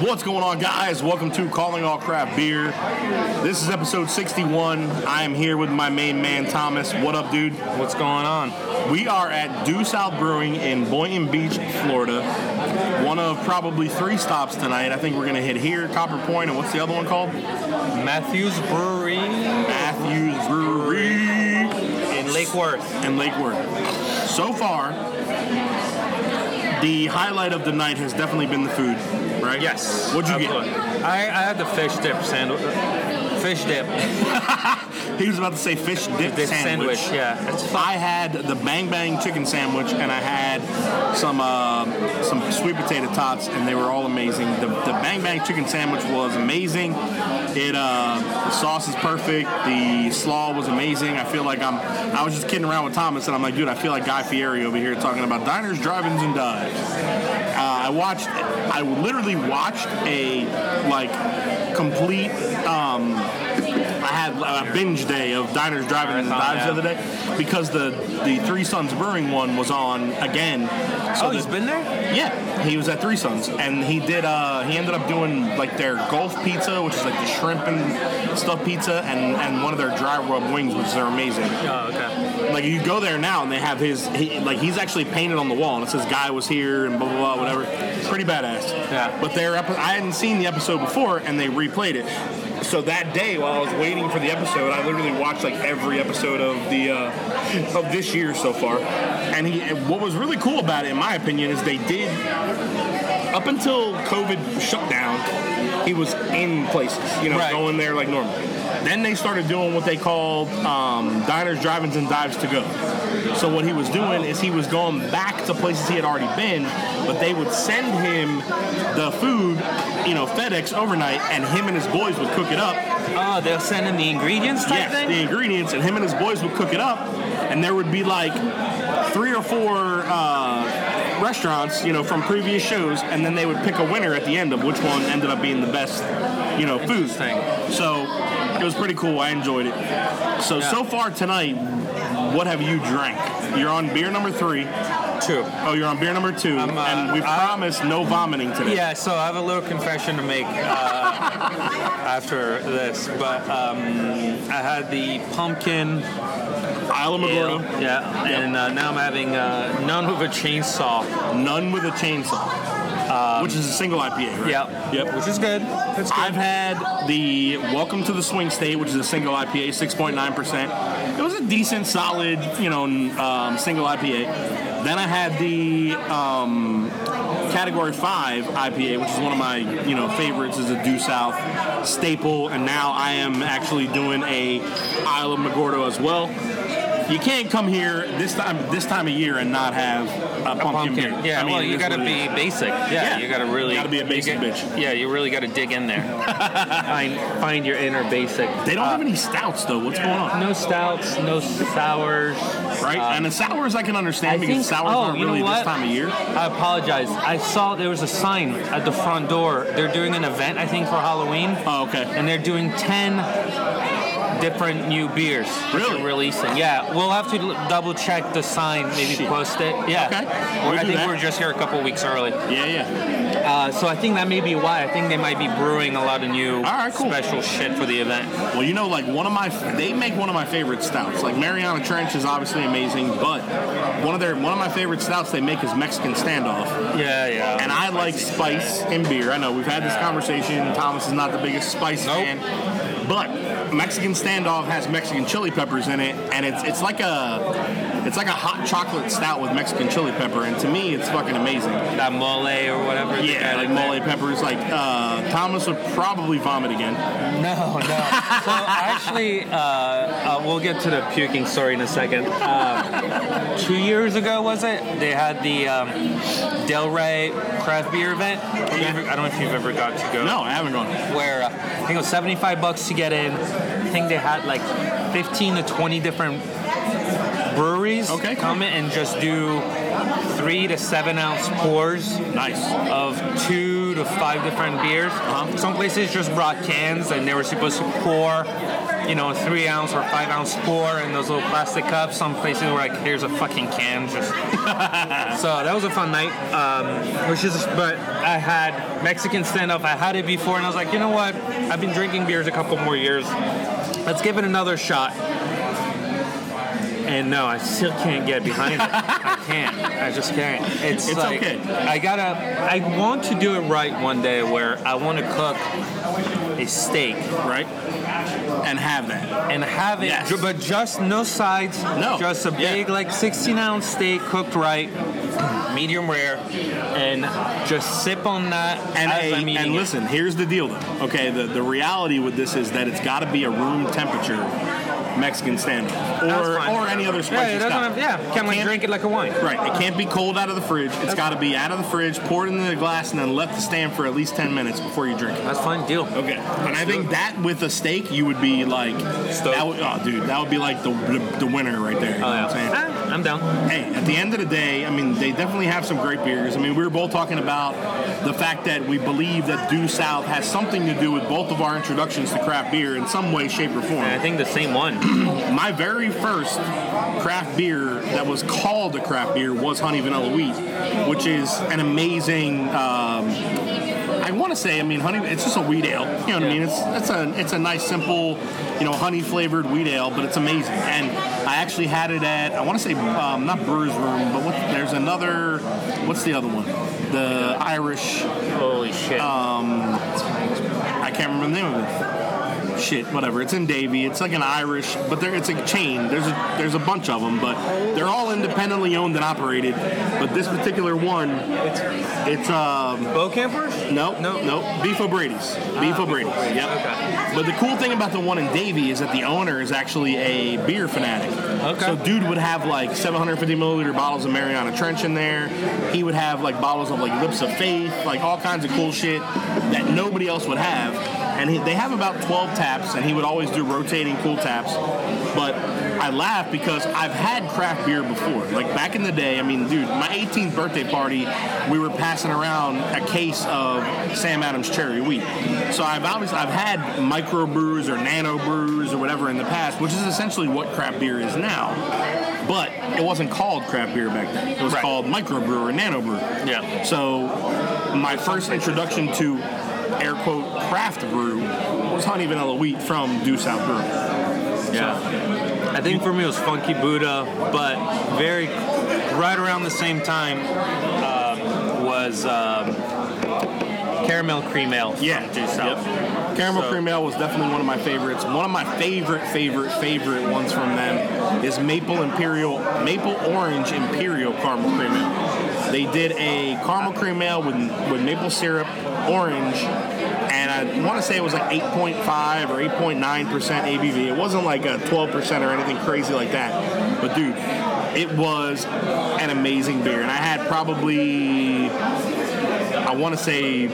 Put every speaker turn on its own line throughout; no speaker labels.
What's going on, guys? Welcome to Calling All Craft Beer. This is episode 61. I am here with my main man, Thomas. What up, dude?
What's going on?
We are at Due South Brewing in Boynton Beach, Florida. One of probably three stops tonight. I think we're going to hit here, Copper Point, and what's the other one called?
Matthews Brewery
Matthews Brewery
in Lake Worth.
and Lake Worth. So far, the highlight of the night has definitely been the food, right?
Yes.
What'd you
absolutely.
get?
I, I had the fish dip sandwich. Fish dip.
He was about to say fish dip
Dip sandwich. yeah. It's
I had the Bang Bang chicken sandwich and I had some uh, some sweet potato tots and they were all amazing. The, the Bang Bang chicken sandwich was amazing. It uh, the sauce is perfect. The slaw was amazing. I feel like I'm I was just kidding around with Thomas and I'm like, dude, I feel like Guy Fieri over here talking about diners, drive-ins, and dives. Uh, I watched I literally watched a like complete. Um, I had a binge day of diners, drive-ins, and
Marathon,
dives the other
yeah.
day today because the the Three Sons Brewing one was on again. So
oh, he's
the-
been there?
yeah, he was at Three Sons, and he did. Uh, he ended up doing like their golf pizza, which is like the shrimp and stuff pizza, and and one of their dry rub wings, which are amazing.
Oh, okay.
Like you go there now, and they have his. He, like he's actually painted on the wall, and it says "Guy was here" and blah blah blah, whatever. Pretty badass.
Yeah.
But their epi- I hadn't seen the episode before, and they replayed it. So that day, while I was waiting for the episode, I literally watched like every episode of the uh, of this year so far. And he, and what was really cool about it, in my opinion, is they did up until COVID shutdown, he was in places, you know,
Right.
going there like normal. Then they started doing what they called um, diners, drive-ins, and dives to go. So what he was doing is he was going back to places he had already been, but they would send him the food, you know, FedEx overnight, and him and his boys would cook it up,
Oh, they'll send him the ingredients type
yes,
thing?
the ingredients, and him and his boys would cook it up, and there would be like three or four uh, restaurants, you know, from previous shows, and then they would pick a winner at the end of which one ended up being the best, you know, food.
Interesting.
So it was pretty cool. I enjoyed it. So so far tonight, what have you drank? You're on beer number three.
True.
Oh, you're on beer number two,
I'm, uh,
and we
I-
promised no vomiting today.
Yeah, so I have a little confession to make uh, after this, but um, I had the pumpkin
Isla
ale,
Magordo,
yeah, and uh, now I'm having uh, none with a chainsaw.
none with a chainsaw, which is a single IPA, right?
Yep.
Yep.
Which is good. That's good.
I've had the Welcome to the Swing State, which is a single IPA, 6.9%. It was a decent, solid, you know, n- um, single IPA. Then I had the um, Category 5 IPA, which is one of my, you know, favorites is a Due South staple. And now I am actually doing a Isle of Magordo as well. You can't come here this time this time of year and not have a pumpkin, beer.
Yeah,
I mean,
well,
it
you
is
gotta
what it
be
is.
basic. Yeah,
Yeah.
you gotta really.
You gotta be a basic
you
bitch.
Yeah, you really gotta dig in there. find, find your inner basic. Uh,
They don't have any stouts though. What's going on?
No stouts, no sours. Uh,
right? and the sours I can understand
Um, I
because
think-
sours
oh,
aren't
you know
really this
what?
time of year.
I apologize. I saw there was a sign at the front door. They're doing an event, I think, for Halloween,
Oh, okay.
and they're doing 10 different new beers that they're
Really?
releasing. Yeah, we'll have to l- double check the sign, maybe
Shit.
post it. Yeah.
Okay.
We're-
We'll
I
do
think
that.
we're just here a couple weeks early.
Yeah, yeah.
Uh, so I think that may be why. I think they might be brewing a lot of new
right, cool.
special shit for the event.
Well, you know, like one of my, they make one of my favorite stouts. Like Mariana Trench is obviously amazing, but one of their, one of my favorite stouts they make is Mexican Standoff,
Yeah, yeah.
and I like spice in beer. I know we've had this conversation. Thomas is not the biggest spice
Nope.
fan, but Mexican Standoff has Mexican chili peppers in it, and it's it's like a, it's like a hot chocolate stout with Mexican chili pepper, and to me, it's fucking amazing.
that mole or whatever. they
Yeah,
got
like
in there.
mole peppers. Like uh, Thomas would probably vomit again.
No, no. So actually, uh, uh, we'll get to the puking story in a second. Uh, two years ago, was it? They had the um, Del Rey craft beer event. You ever- I don't know if you've ever got to go.
No, I haven't gone.
Where uh, I think it was 75 bucks to get in. I think they had like 15 to 20 different breweries
Okay, cool.
come in and just do three to seven ounce pours
Nice. Uh-huh.
of two to five different beers. Some places just brought cans and they were supposed to pour you know, three ounce or five ounce pour in those little plastic cups. Some places were like, here's a fucking can. Just so that was a fun night. Um, which is, but I had Mexican stand up. I had it before, and I was like, you know what? I've been drinking beers a couple more years. Let's give it another shot. And no, I still can't get behind it. I can't. I just can't. It's,
It's
like,
okay.
I gotta. I want to do it right one day, where I want to cook a steak
right? And have that.
and have it,
Yes.
ju- but just no sides.
No.
Just a
Yeah.
big, like 16 ounce steak cooked right, medium rare, and just sip on that
And,
as
a-
I'm eating
and
it.
listen, here's the deal though. Okay, the, the reality with this is that it's got to be a room temperature Mexican standard
That's
or
fine.
or any other
Yeah,
spicy
it doesn't
stuff.
have, yeah. Can we
Can't-
drink it like a wine?
Right, it can't be cold out of the fridge. It's got to be out of the fridge, poured into the glass, and then left to stand for at least 10 minutes before you drink it.
That's fine. Deal.
Okay, and I think that with a steak, you would be like,
Stoked.
that would, oh, dude, that would be like the the, the winner right there. You know
Oh,
what I'm
yeah.
saying?
Ah, I'm down.
hey, at the end of the day, I mean, they definitely have some great beers. I mean, we were both talking about the fact that we believe that Due South has something to do with both of our introductions to craft beer in some way, shape, or form.
And I think the same one.
My very first craft beer that was called a craft beer was Honey Vanilla Wheat, which is an amazing. Um, I want to say, I mean, honey. It's just a wheat ale. You know what I mean? It's it's a it's a nice simple, you know, honey flavored wheat ale, but it's amazing. And I actually had it at I want to say um, not Brewers Room, but what, there's another. What's the other one? The Irish.
Holy shit.
I can't remember the name of it. Shit, whatever. It's in Davie. It's like an Irish, but there it's a chain. There's a there's a bunch of them, but they're all independently owned and operated. But this particular one, it's um
Bow campers?
no
No. Ah,
no no Beef O'Brady's. Beef O'Brady's. Yep.
Okay.
But the cool thing about the one in Davie is that the owner is actually a beer fanatic.
Okay.
So dude would have like 750 milliliter bottles of Mariana Trench in there. He would have like bottles of like Lips of Faith, like all kinds of cool shit that nobody else would have. And he, they have about 12 taps, and he would always do rotating cool taps. But I laugh because I've had craft beer before. Like back in the day, I mean, dude, my 18th birthday party, we were passing around a case of Sam Adams Cherry Wheat. So I've obviously I've had microbrews or nanobrews or whatever in the past, which is essentially what craft beer is now. But it wasn't called craft beer back then. It was
Right.
called microbrew or nanobrew.
Yeah.
So my first introduction to air quote craft brew was honey vanilla wheat from Due South Brewery.
Yeah. I think for me it was Funky Buddha, but very right around the same time um, was um, Caramel Cream Ale. from
Yeah,
Due South.
Yep. Caramel
So-
cream ale was definitely one of my favorites. One of my favorite, favorite, favorite ones from them is maple imperial, maple orange imperial caramel cream ale. They did a caramel cream ale with with maple syrup, orange, and I want to say it was like 8.5 or 8.9 percent ABV. It wasn't like a 12 percent or anything crazy like that. But dude, it was an amazing beer, and I had probably I want to say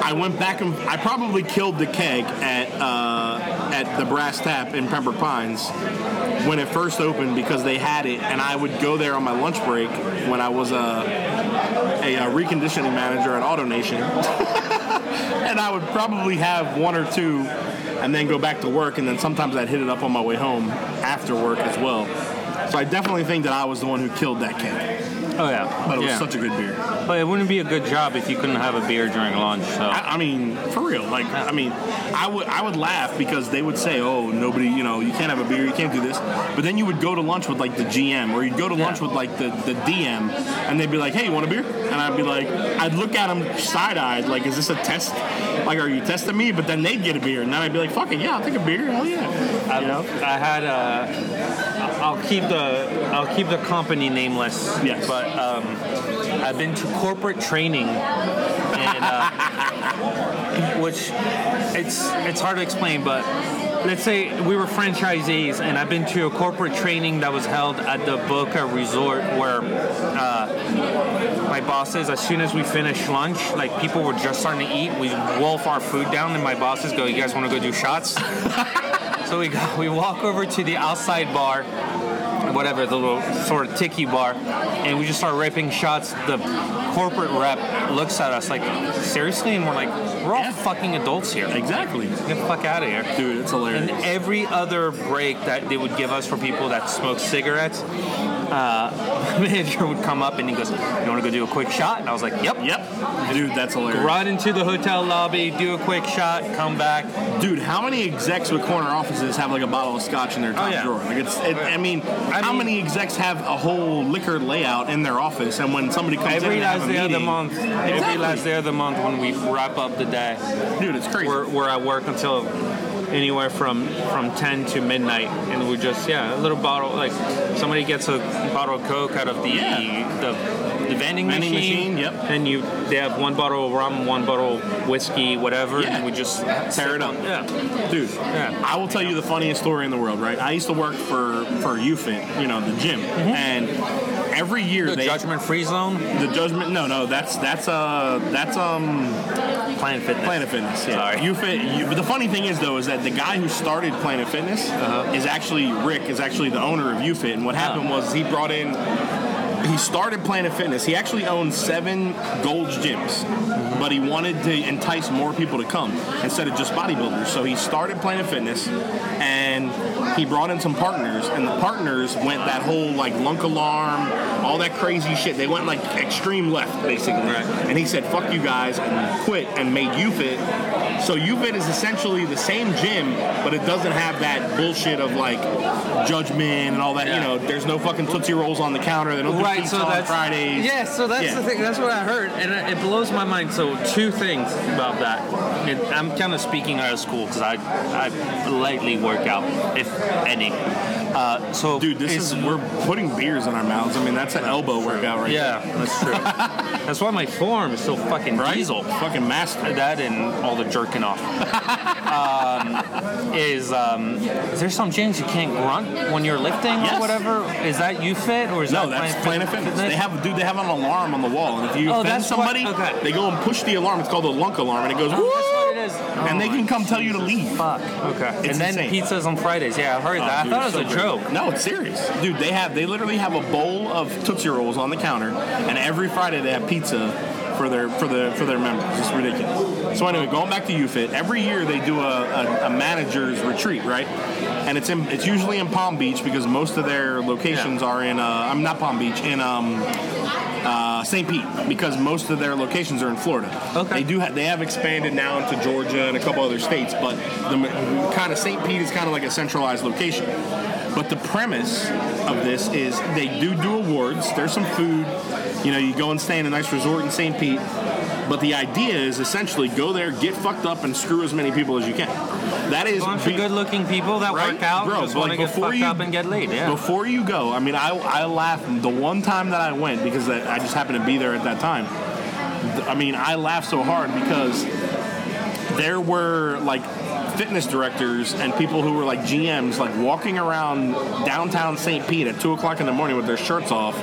I went back and I probably killed the keg at uh, at the Brass Tap in Pembroke Pines when it first opened because they had it, and I would go there on my lunch break when I was a a, uh reconditioning manager at AutoNation, and I would probably have one or two, and then go back to work, and then sometimes I'd hit it up on my way home after work as well. So I definitely think that I was the one who killed that keg,
Oh yeah.
but it was
yeah.
such a good beer.
But it wouldn't be a good job if you couldn't have a beer during lunch. So
I, I mean, for real. Like, I mean, I would I would laugh because they would say, "Oh, nobody, you know, you can't have a beer, you can't do this." But then you would go to lunch with like the GM, or you'd go to lunch
Yeah.
with like the, the DM, and they'd be like, "Hey, you want a beer?" And I'd be like, I'd look at them side eyed, like, "Is this a test? Like, are you testing me?" But then they'd get a beer, and then I'd be like, "Fuck it, yeah, I'll take a beer, hell yeah." You know?
I had a. I'll keep the I'll keep the company nameless.
Yes.
But um, I've been to corporate training, and uh, which it's it's hard to explain, but. Let's say we were franchisees, and I've been to a corporate training that was held at the Boca Resort, where my bosses, as soon as we finished lunch, like people were just starting to eat, we wolf our food down, and my bosses go, "You guys want to go do shots?" so we go, we walk over to the outside bar, whatever the little sort of tiki bar, and we just start ripping shots. The corporate rep looks at us like, seriously, and we're like, we're all
Yeah.
fucking adults here. Like,
Exactly.
get the fuck out of here.
Dude, it's hilarious.
And every other break that they would give us for people that smoke cigarettes, uh, manager would come up and he goes, "You want to go do a quick shot?" And I was like, "Yep."
Yep. Dude, that's hilarious.
Run into the hotel lobby, do a quick shot, come back.
Dude, how many execs with corner offices have like a bottle of scotch in their top
Oh, yeah.
drawer? Like it's, it, I, mean,
I
how
mean-
many execs have a whole liquor layout in their office? And when somebody comes
Every
in, and
last
have a
day of the
meeting-
month. Every
Exactly.
last day of the month when we wrap up the day,
dude, it's crazy.
we're, we're at work until anywhere from from 10 to midnight and we just yeah a little bottle like somebody gets a bottle of coke out of the
Yeah.
the, the vending,
Vending machine, yep.
and you they have one bottle of rum one bottle of whiskey whatever
Yeah.
and we just
Tear it up.
yeah
Dude,
Yeah.
I will tell you the funniest story in the world, right? I used to work for for UFIT, you know, the gym,
Mm-hmm.
and every year
the
they
judgment free zone
the judgment. No, no, that's that's uh that's um
planet fitness
Planet Fitness. Yeah.
Sorry.
UFIT. You, but the funny thing is though is that the guy who started Planet Fitness
Uh-huh.
is actually Rick is actually the owner of UFIT, and what happened was he brought in he started Planet Fitness. He actually owned seven Gold's gyms, but he wanted to entice more people to come instead of just bodybuilders. So he started Planet Fitness, and he brought in some partners, and the partners went that whole like lunk alarm, all that crazy shit. They went like extreme left, basically.
Right.
And he said, "Fuck you guys," and quit and made UFIT. So UFIT is essentially the same gym, but it doesn't have that bullshit of like judgment and all that. You
Yeah.
know, there's no fucking tootsie rolls on the counter. They don't do
Right,
pizza
so
on
that's
Fridays.
Yeah, so that's
Yeah.
the thing. That's what I heard, and it, it blows my mind. So two things about that. It, I'm kind of speaking out of school because I I lightly work out, if any. Uh, so
Dude, this
it's-
is we're putting beers in our mouths. I mean, that's an elbow workout right
yeah, that's true. that's why my form is so fucking
there. Right?
diesel.
Fucking master.
That and all the jerking off um, is um, is there some gyms you can't grunt when you're lifting
Yes.
or whatever? Is that you fit or is
No,
that
that's Planet Fitness. They have dude, they have an alarm on the wall, and if you
Oh,
offend
that's what-
somebody,
okay.
they go and push the alarm. It's called the lunk alarm, and it goes.
Oh, that's what
"Woo!"
it is.
And
Oh
they
my
can come tell you to leave.
Fuck. Okay.
It's
and then
insane.
pizzas on Fridays. Yeah, I heard
Oh,
that.
dude,
I thought it was
so
a
good.
joke.
No, it's serious, dude. They have they literally have a bowl of tootsie rolls on the counter, and every Friday they have pizza for their for the for their members. It's ridiculous. So anyway, going back to UFIT, every year they do a, a, a manager's retreat, right? And it's in it's usually in Palm Beach because most of their locations are in uh, I'm not Palm Beach in um. Uh, St. Pete, because most of their locations are in Florida. They
Okay.
do ha- they have expanded now into Georgia and a couple other states, but the kind of St. Pete is kind of like a centralized location. But the premise of this is they do do awards. There's some food. You know, you go and stay in a nice resort in St. Pete. But the idea is essentially go there, get fucked up, and screw as many people as you can. That is
A bunch
be-
of good-looking people that
Right?
work out
Bro,
just want
like,
to get
before
fucked
you-
up and get laid. Yeah.
Before you go, I mean, I, I laughed the one time that I went because that, I just happened to be there at that time. th- I mean, I laughed so hard because there were like fitness directors and people who were like GMs, like walking around downtown St. Pete at two o'clock in the morning with their shirts off,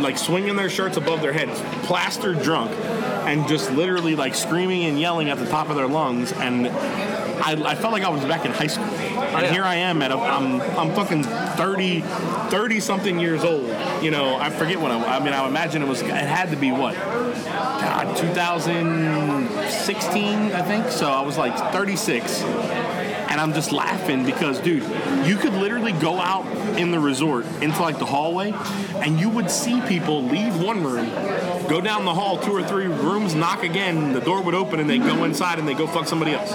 like swinging their shirts above their heads, plastered drunk, and just literally like screaming and yelling at the top of their lungs. And I, I felt like I was back in high school. And
yeah.
here I am at a, I'm I'm fucking 30, 30 something years old. You know, I forget what I, I mean. I imagine it was it had to be what God, 2016, I think. So I was like 36. And I'm just laughing because, dude, you could literally go out in the resort into like the hallway and you would see people leave one room, go down the hall two or three rooms, knock again, the door would open and they go inside and they go fuck somebody else.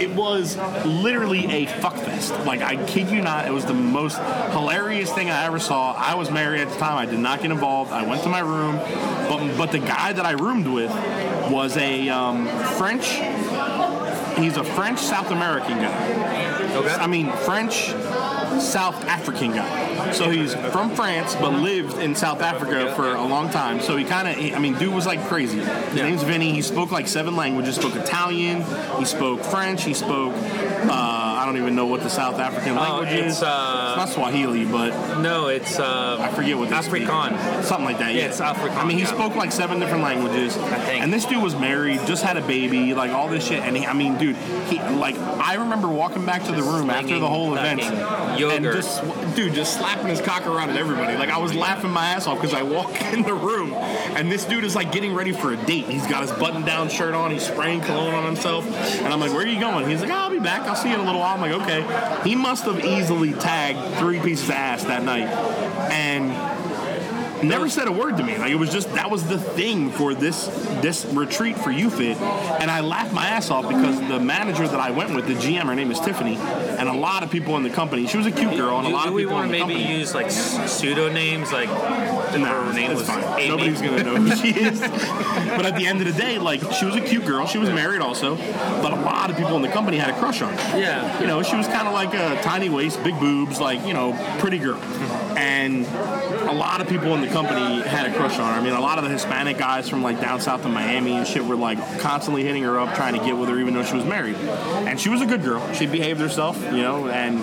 It was literally a fuck fest. Like, I kid you not, it was the most hilarious thing I ever saw. I was married at the time, I did not get involved. I went to my room, but, but the guy that I roomed with was a um, French He's a French South American guy. I mean, French South African guy. So he's from France, but lived in South Africa for a long time. So he kind of, I mean, dude was like crazy. His name's Vinny. He spoke like seven languages. Spoke Italian. He spoke French. He spoke. Uh, I I don't even know what the South African language
it's,
is.
uh,
it's not Swahili, but
No, it's um,
I forget what they speak.
Afrikaan.
something like that. Yeah,
it's Afrikaan,
I mean, he
yeah.
spoke like seven different languages. I
think.
And this dude was married, just had a baby, like all this shit. And he, I mean, dude, he like I remember walking back to the room after the
slinging
whole event,
fucking
and
yogurt.
just dude, just slapping his cock around at everybody. Like I was laughing my ass off because I walk in the room, and this dude is like getting ready for a date. He's got his button-down shirt on, he's spraying cologne on himself, and I'm like, "Where are you going?" He's like, "Oh, "I'll be back. I'll see you in a little while." I'm like, "Okay." He must have easily tagged three pieces of ass that night, and never said a word to me. Like it was just that was the thing for this this retreat for UFIT, and I laughed my ass off because the manager that I went with, the GM, her name is Tiffany, and a lot of people in the company. She was a cute girl, and a
Do,
lot
do
of
we
people in
want to
the
maybe
company.
use like pseudo names, like
Nah,
her name
it's
was
fine.
Amy?
Nobody's gonna know who she is. but at the end of the day, like she was a cute girl. She was married also, but a lot of people in the company had a crush on her.
Yeah.
You know, she was kind of like a tiny waist, big boobs, like you know, pretty girl. And a lot of people in the company had a crush on her. I mean, a lot of the Hispanic guys from like down south of Miami and shit were like constantly hitting her up, trying to get with her, even though she was married. And she was a good girl. She behaved herself, you know, and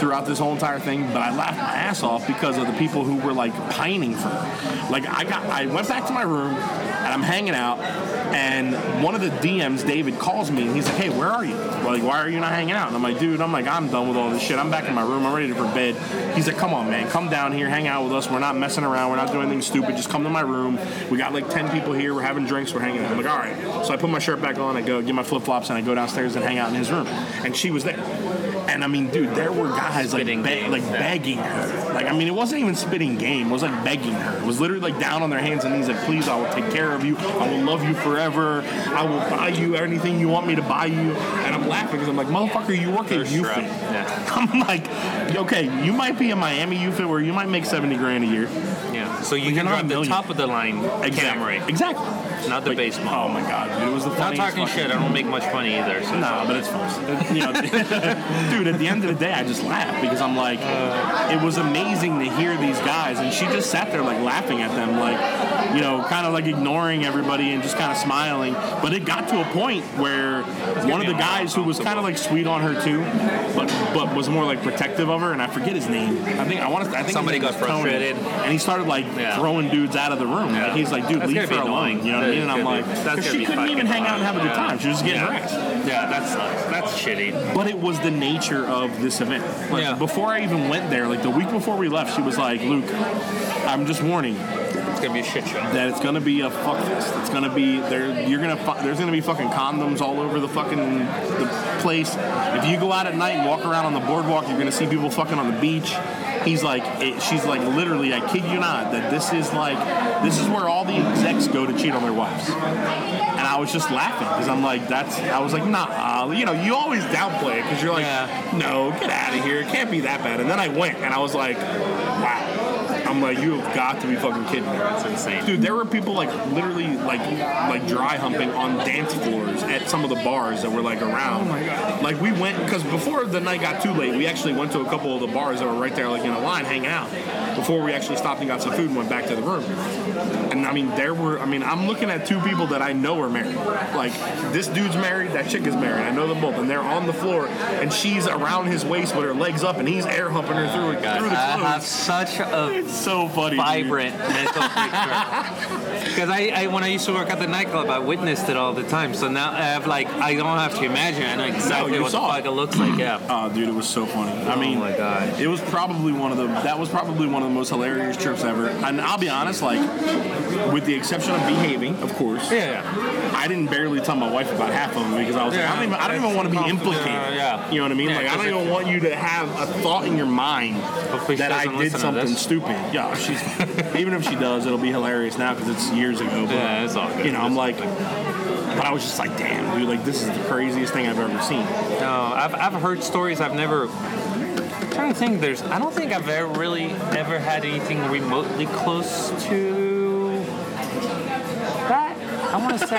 throughout this whole entire thing. But I laughed my ass off because of the people who were like pining for her. Like I got, I went back to my room and I'm hanging out, and one of the DMs, David, calls me and he's like, "Hey, where are you? Like, why are you not hanging out?" And I'm like, "Dude, I'm like, I'm done with all this shit. I'm back in my room. I'm ready for bed." He's like, "Come on, man, come down here, hang out with us. We're not messing around. We're not doing anything stupid. Just come to my room. We got like ten people here. We're having drinks. We're hanging out." I'm like, "All right." So I put my shirt back on. I go get my flip flops and I go downstairs and hang out in his room. And she was there. And I mean, dude, there were guys like
Spitting
ba-
game.
like
Yeah.
begging her. Like, I mean, it wasn't even spitting game. It was like begging her. It was literally like down on their hands and knees, like, please, I will take care of you. I will love you forever. I will buy you anything you want me to buy you. And I'm laughing because I'm like, motherfucker, you work at
Thirst trap.
UFIT.
Yeah.
I'm like, okay, you might be in Miami UFIT where you might make 70 grand a year.
Yeah. So you
Like, you're
can
not a
grab the
million.
top of the line Camry,
Exactly.
not the
Like,
base model.
Oh my god, dude, it was the
Not
funniest.
talking
fucking-
shit. I don't make much money either. So
Nah, but it's fun. You know, dude, at the end of the day, I just laugh because I'm like, it was amazing to hear these guys, and she just sat there like laughing at them, like, you know, kind of like ignoring everybody and just kind of smiling. But it got to a point where one of
be
the
a
guys who was kind of like sweet on her too, but but was more like protective of her, and I forget his name. I think I want to. I think his
Somebody
name
got
was Tony.
frustrated.
and he started like
Yeah.
throwing dudes out of the room.
Yeah.
Like, he's like, dude,
That's
leave her
gonna be
alone.
annoying.
You know what I
That
mean?
is
And I'm
gonna be-
like,
that's
'cause
gonna
she
be
couldn't
fucking
even hang out and have a good
annoying.
time. She was just getting
Yeah.
harassed
yeah, that sucks. That's shitty.
but it was the nature of this event. Like
Yeah.
before I even went there, like the week before we left, she was like, "Luke, I'm just warning
It's gonna be a shit show.
that it's gonna be a fuck fest. It's gonna be there. You're gonna fu- there's gonna be fucking condoms all over the fucking the place. If you go out at night and walk around on the boardwalk, you're gonna see people fucking on the beach." He's like, it, she's like, literally, I kid you not, that this is like, this is where all the execs go to cheat on their wives. And I was just laughing because I'm like, that's, I was like, nah, uh, you know, you always downplay it because you're like,
Yeah.
no, get out of here. It can't be that bad. And then I went and I was like, wow. I'm like, you have got to be fucking kidding me.
That's insane.
Dude, there were people like literally like like dry humping on dance floors at some of the bars that were like around. Oh my god! Like we went because before the night got too late, we actually went to a couple of the bars that were right there like in a line hanging out before we actually stopped and got some food and went back to the room. And I mean, there were I mean, I'm looking at two people that I know are married. Like this dude's married, that chick is married. I know them both, and they're on the floor, and she's around his waist with her legs up, and he's air humping her through, through the
I have
clothes.
such a
It's so funny. dude.
vibrant mental picture. Because I, I, when I used to work at the nightclub, I witnessed it all the time. So now I have like, I don't have to imagine. I know exactly
you
what the
saw
fuck it looks like. Yeah.
Oh, dude, it was so funny. I
Oh
mean,
my God.
it was probably one of the that was probably one of the most hilarious trips ever. And I'll be honest, like with the exception of behaving, of course,
Yeah.
I didn't barely tell my wife about half of them because I was like, I
Yeah,
don't even, I don't even
that's
want to be
comfort-
implicated.
yeah, yeah.
You know what I mean?
Yeah,
like I don't
'cause
even want you to have a thought in your mind
Hopefully she
that I
doesn't
did
listen to
something
this.
stupid. Yeah, she's even if she does, it'll be hilarious now because it's years ago. But
Yeah, it's all good.
you know, I'm
It's
like. But I was just like, damn, dude, like this is the craziest thing I've ever seen.
No, I've, I've heard stories. I've never. I'm trying to think. There's. I don't think I've ever really ever had anything remotely close to that. I want to say.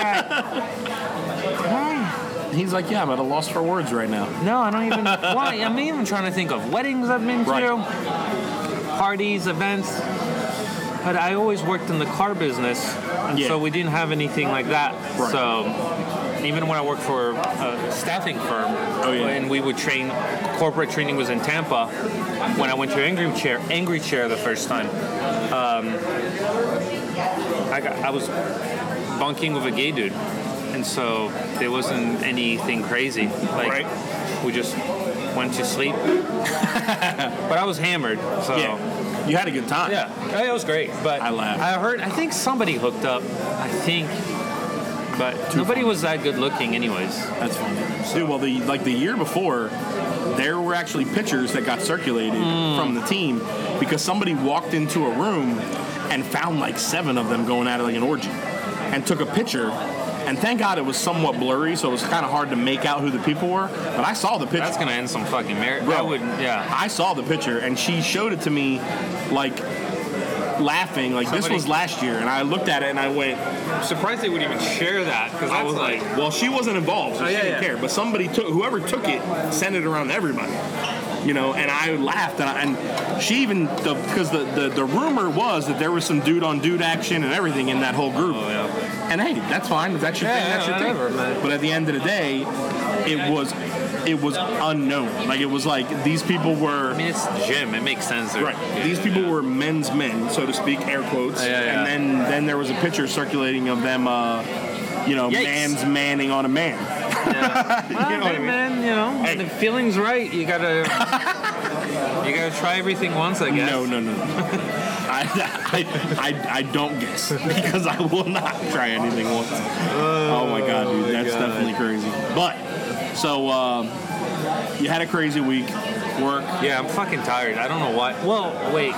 I-
He's like, yeah, I'm at a loss for words right now.
No, I don't even. why? I'm even trying to think of weddings I've been to, parties, events. But I always worked in the car business,
Yeah.
so we didn't have anything like that.
Right.
So even when I worked for a staffing firm,
Oh, yeah.
and we would train, corporate training was in Tampa. When I went to Angry Chair, Angry Chair the first time, um, I, got, I was bunking with a gay dude, and so there wasn't anything crazy. Like,
Right.
We just went to sleep, but I was hammered, so.
Yeah. You had a good time.
Yeah, I mean, it was great. But
I laughed.
I heard. I think somebody hooked up. I think, but nobody was that good looking, anyways.
That's funny. Dude, well, the like the year before, there were actually pictures that got circulated
Mm.
from the team because somebody walked into a room and found like seven of them going at it like an orgy, and took a picture. And thank God it was somewhat blurry, so it was kind of hard to make out who the people were. But I saw the picture.
That's gonna end some fucking marriage.
Bro.
I would. Yeah.
I saw the picture, and she showed it to me, like laughing. Like this
Somebody-
was last year, and I looked at it and I went,
I'm surprised they would even share that because
I was like, well, she wasn't involved, so
Oh,
she
yeah,
didn't
yeah.
care. But somebody took, whoever took it, sent it around to everybody. You know, and I laughed, and, I, and she even because the, the, the, rumor was that there was some dude on dude action and everything in that whole group.
Oh, yeah.
And hey, that's fine. If that's your
Yeah,
thing, that's
yeah,
your
whatever,
thing.
man.
But at the end of the day, it was it was unknown. Like it was like these people were.
I mean, it's Jim. It makes sense. They're-
Right. These people were men's men, so to speak, air quotes.
Yeah, yeah.
And then then there was a picture circulating of them, uh, you know,
Yikes.
man's manning on a man.
Well,
You know what I
hey,
mean?
man, you know,
Hey.
the feeling's right. You gotta. you gotta try everything once, I guess.
No, no, no. no. I, I, I, I don't guess because I will not try anything once. Oh, my god, dude,
my
that's
God.
definitely crazy. But so um, you had a crazy week, work.
Yeah, I'm fucking tired. I don't know why. Well, wait.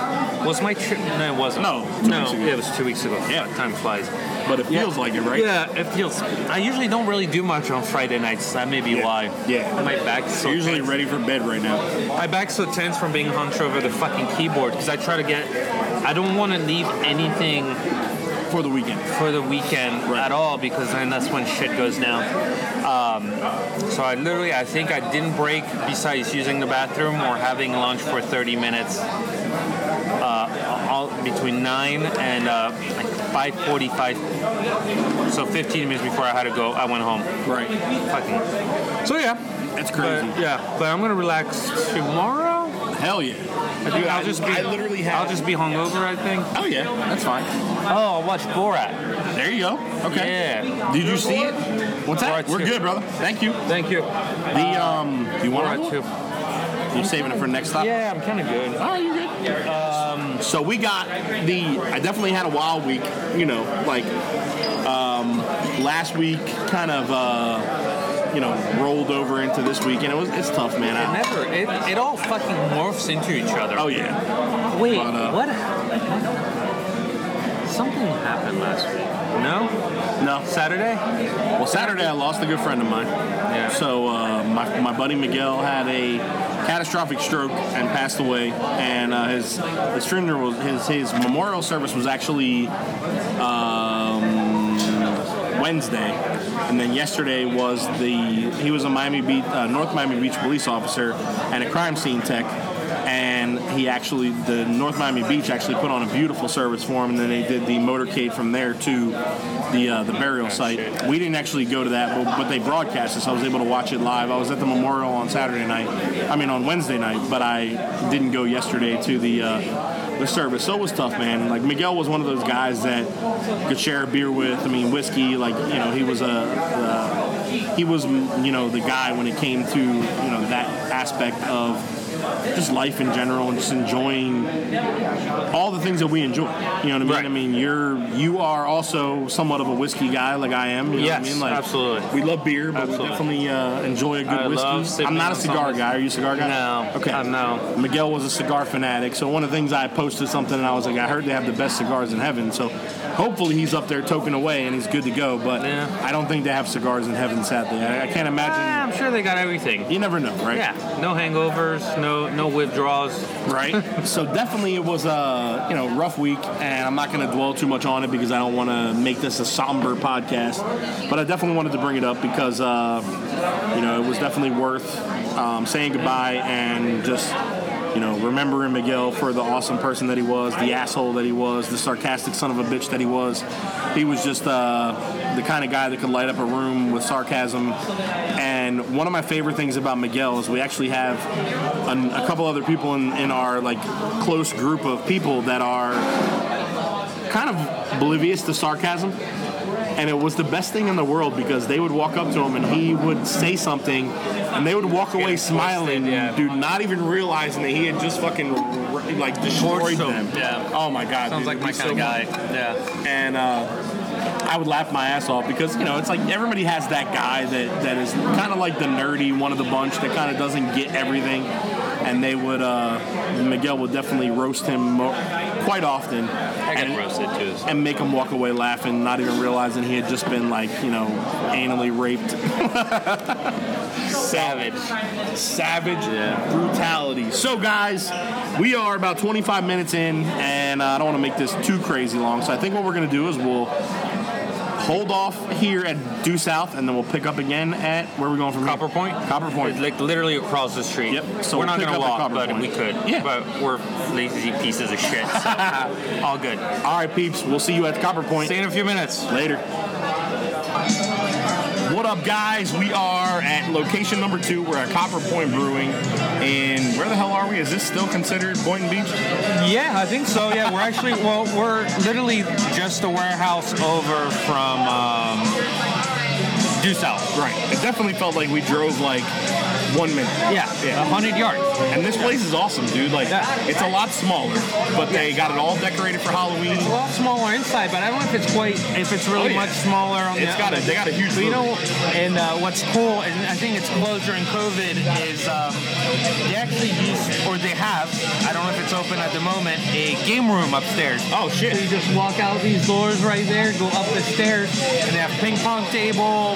Was my trip? No, it wasn't.
No, two
no,
weeks ago.
it was two weeks ago.
Yeah.
Fuck, time flies.
But it feels like it, right?
Yeah, it feels. I usually don't really do much on Friday nights. That may be
Yeah.
why.
Yeah.
My back's so
You're usually
tense.
ready for bed right now.
My back's so tense from being hunched over the fucking keyboard because I try to get. I don't want to leave anything
For the weekend.
for the weekend
Right.
at all because then that's when shit goes down. Um, so I literally, I think I didn't break besides using the bathroom or having lunch for 30 minutes. Uh, all between nine and uh, like 5:45, so 15 minutes before I had to go, I went home.
Right.
Fucking.
So yeah. That's crazy.
But, yeah, but I'm gonna relax tomorrow.
Hell yeah.
I
Dude, I-
I'll just be.
I literally have-
I'll just be hungover. I think.
Oh yeah, that's fine.
Oh, I'll watch Borat.
There you go. Okay.
Yeah.
Did you see it? What's that?
Alright,
We're
two.
good, brother. Thank you.
Thank you. Uh,
The um, you want
Borat
to?
too.
You saving it for next time?
Yeah, I'm kind of good.
All right, you're good. Um, so we got the. I definitely had a wild week. You know, like um, last week, kind of. Uh, you know, rolled over into this week, and it was it's tough, man.
It
I,
never. It, it all fucking morphs into each other.
oh yeah,
wait,
but, uh,
what? Something happened last week. No,
no.
Saturday.
Well, Saturday I lost a good friend of mine.
Yeah.
So uh, my, my buddy Miguel had a catastrophic stroke and passed away, and uh, his his funeral was his his memorial service was actually um, Wednesday, and then yesterday was the he was a Miami Beach uh, North Miami Beach police officer and a crime scene tech. And he actually, the North Miami Beach actually put on a beautiful service for him, and then they did the motorcade from there to the uh, the burial site. We didn't actually go to that, but, but they broadcast it, so I was able to watch it live. I was at the memorial on Saturday night, I mean on Wednesday night, but I didn't go yesterday to the uh, the service. So it was tough, man. Like Miguel was one of those guys that could share a beer with. I mean, whiskey. Like you know, he was a. Uh, he was, you know, the guy when it came to, you know, that aspect of just life in general and just enjoying all the things that we enjoy. You know what I mean?
Right.
I mean, you're you are also somewhat of a whiskey guy, like I am. You know
yes,
what I mean? Like,
absolutely.
We love beer, but
Absolutely.
we definitely uh, enjoy a good
I
whiskey.
love sipping
I'm not
on
a cigar
something.
guy. Are you a cigar guy?
No.
Okay.
I'm no.
Miguel was a cigar fanatic, so one of the things I posted something and I was like, I heard they have the best cigars in heaven, so hopefully he's up there token away and he's good to go. But
Yeah.
I don't think they have cigars in heaven, sadly. I, I can't
Ah,
imagine.
I'm sure they got everything.
You never know, right?
Yeah. No hangovers. No no withdrawals.
right? so definitely it was a you know rough week, and I'm not going to dwell too much on it because I don't want to make this a somber podcast. But I definitely wanted to bring it up because uh, you know it was definitely worth um, saying goodbye and just you know, remembering Miguel for the awesome person that he was, the asshole that he was, the sarcastic son of a bitch that he was. He was just uh, the kind of guy that could light up a room with sarcasm. And one of my favorite things about Miguel is we actually have a, a couple other people in, in our like close group of people that are kind of oblivious to sarcasm. And it was the best thing in the world because they would walk up to him and he would say something and they would walk away
twisted,
smiling,
yeah.
dude, not even realizing that he had just fucking like destroyed
Torched them,
them.
yeah.
Oh my god.
Sounds
dude,
like my
he's
kind
so
of guy.
cool.
Yeah.
And uh, I would laugh my ass off because you know it's like everybody has that guy that that is kind of like the nerdy one of the bunch that kind of doesn't get everything. And they would, uh, Miguel would definitely roast him mo- quite often.
I
And-
got roasted too. so-
and make him walk away laughing, not even realizing he had just been like, you know, anally raped.
Savage.
Savage brutality. So, guys, we are about 25 minutes in, and uh, I don't want to make this too crazy long. So, I think what we're going to do is we'll hold off here at Due South, and then we'll pick up again at where are we going from
Copper
here?
Point?
Copper Point.
Like literally across the street.
Yep. So
So we're
we'll
not
pick
gonna
up at
walk,
Copper
but
Point.
we could.
Yeah.
But we're lazy pieces of shit. So all good.
All right, peeps. We'll see you at Copper Point.
See you in a few minutes.
Later. What up, guys? We are at location number two. We're at Copper Point Brewing. And where the hell are we? Is this still considered Boynton Beach?
Yeah, I think so. Yeah, we're actually well, we're literally just a warehouse over from um, due south.
Right. It definitely felt like we drove like one minute.
Yeah,
Yeah.
a hundred yards.
And this place is awesome, dude. Like,
Yeah.
it's a lot smaller, but they got it all decorated for Halloween.
A lot smaller inside, but I don't know if it's quite if it's really
Oh, yeah.
much smaller on
It's
the.
got a, they got a huge.
But you
room.
know, and uh, what's cool, and I think it's closed during COVID, is um, they actually use, or they have, I don't know if it's open at the moment, a game room upstairs.
oh shit.
So you just walk out these doors right there, go up the stairs, and they have ping pong table,